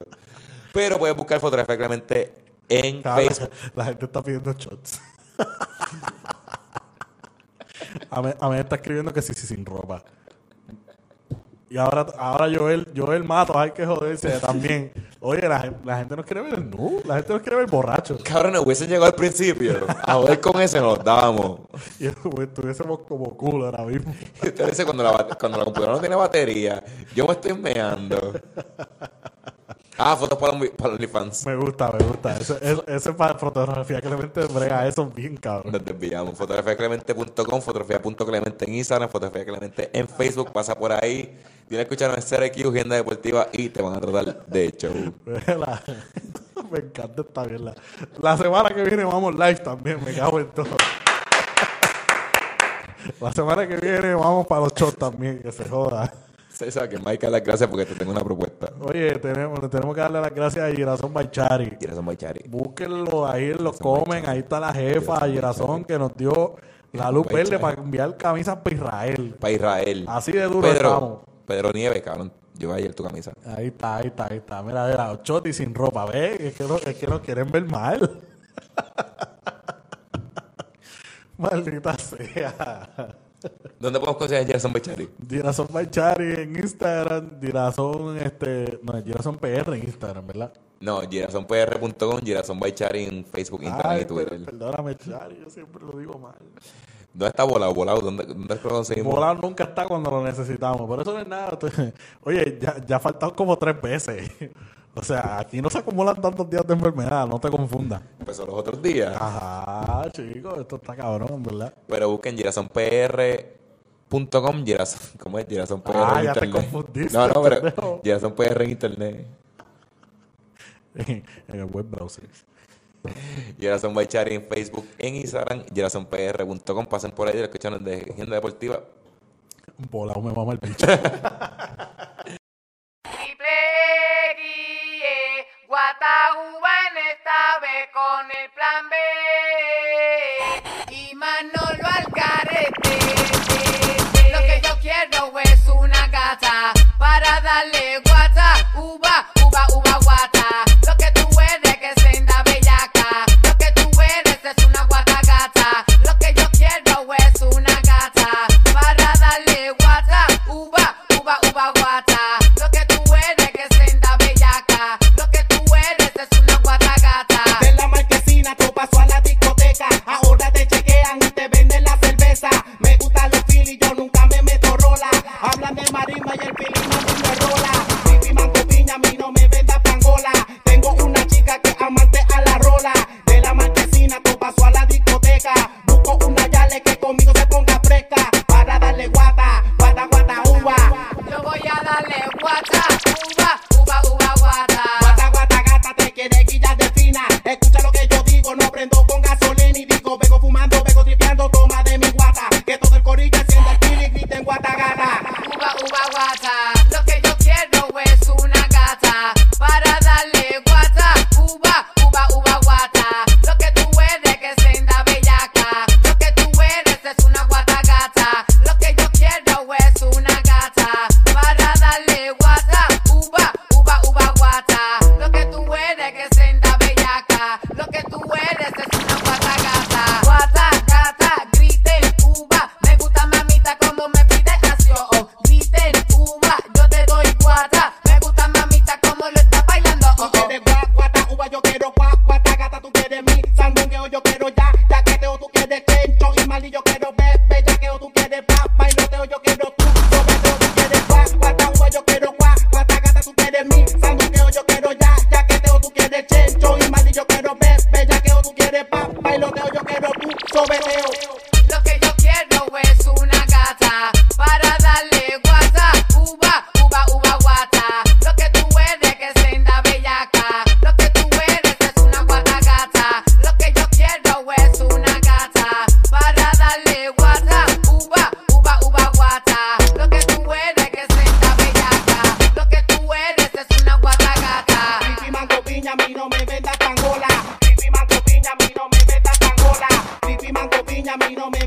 Speaker 1: Pero puedes buscar fotografía Clemente en
Speaker 2: Cabrón,
Speaker 1: Facebook.
Speaker 2: la gente está pidiendo shots. a, mí, a mí me está escribiendo que sí, sí, sin ropa. Y ahora, ahora Joel, Joel Mato, hay que joderse también. Oye, la, gen- la gente no quiere ver no, la gente no quiere ver borrachos.
Speaker 1: Cabrón, no hubiesen llegado al principio. A joder con ese nos dábamos.
Speaker 2: Y estuviésemos como culo ahora mismo.
Speaker 1: Y usted dice, cuando la, bate- cuando la computadora no tiene batería, yo me estoy meando. Ah, fotos para, un- para OnlyFans.
Speaker 2: Me gusta, me gusta. Ese, es- ese es para fotografía Clemente brega eso bien cabrón.
Speaker 1: Nos desviamos. Fotografiaclemente.com, fotografía.clemente en Instagram, fotografía clemente en Facebook. Pasa por ahí. Dile a escucharnos en CRQ, Agenda Deportiva y te van a tratar de show.
Speaker 2: La- me encanta esta mierda. La semana que viene vamos live también, me cago en todo. La semana que viene vamos para los shows también, que se joda.
Speaker 1: César, que Mike, las gracias porque te tengo una propuesta.
Speaker 2: Oye, tenemos, le tenemos que darle las gracias a Girasón Baichari.
Speaker 1: Tienes a Maichari.
Speaker 2: Búsquenlo ahí, lo comen. Ahí está la jefa Girasón que nos dio la luz
Speaker 1: Baichari.
Speaker 2: verde para enviar camisas para Israel.
Speaker 1: Para Israel.
Speaker 2: Así de duro estamos.
Speaker 1: Pedro, Pedro Nieves, cabrón. Lleva ayer tu camisa.
Speaker 2: Ahí está, ahí está, ahí está. Mira, mira, Ochotti sin ropa, ¿ves? Es que no, es que no quieren ver mal. Maldita sea.
Speaker 1: ¿Dónde podemos conseguir a Gerson Baichari?
Speaker 2: Girasón Baichari en Instagram, Girasón, este, no, Girasón PR en Instagram, ¿verdad?
Speaker 1: No, girasonpr.com, Girasón by Chari en Facebook, Instagram
Speaker 2: Ay,
Speaker 1: y Twitter.
Speaker 2: per- perdóname, Chari, yo siempre lo digo mal.
Speaker 1: ¿Dónde está volado? Volado, ¿dónde, dónde lo conseguimos?
Speaker 2: Volar nunca está cuando lo necesitamos, pero eso no es nada. Oye, ya, ya ha faltado como tres veces. O sea, aquí no se acumulan tantos días de enfermedad, no te confundas.
Speaker 1: Empezó los otros días.
Speaker 2: Ajá, chicos, esto está cabrón, ¿verdad?
Speaker 1: Pero busquen girasonpr.com, Girasón. ¿Cómo es? Girasón PR
Speaker 2: Ah,
Speaker 1: en
Speaker 2: ya te
Speaker 1: internet.
Speaker 2: confundiste,
Speaker 1: No, no,
Speaker 2: pendejo.
Speaker 1: pero Girasón PR en internet.
Speaker 2: en el web browser.
Speaker 1: Girasón by Chari en Facebook, en Instagram, girasonpr.com. Pasen por ahí, escucharon de Agenda Deportiva.
Speaker 2: Volado me mama el bicho.
Speaker 3: Guille, Guatahuba eh, en esta vez con el plan B y Manolo al carete. eh. Lo que yo quiero es una gata para darle guata, uva, uva, uva, guata. Lo que tú eres que es senda bellaca, lo que tú eres es una guata gata. Lo que yo quiero es una gata para darle guata, uva, uva, uva, guata. Lo que tú eres que es senda bellaca, lo que tú eres es una guata gata.
Speaker 4: De la marquesina tú pasó a la discoteca. A sobeteo.
Speaker 3: Lo que yo quiero es una gata para darle guata, uva, uva, uva, guata. Lo que tú eres que senda bellaca. Lo que tú eres es una guata gata. Lo que yo quiero es una gata para darle guata, uva, uva, uva, guata. Lo que tú eres que senda bellaca. Lo que tú eres es una guata gata.
Speaker 4: Pipi mango piña, a mí no me vendas cangola. Pipi mango piña, a mí no me vendas cangola. Pipi mango piña, a mí no me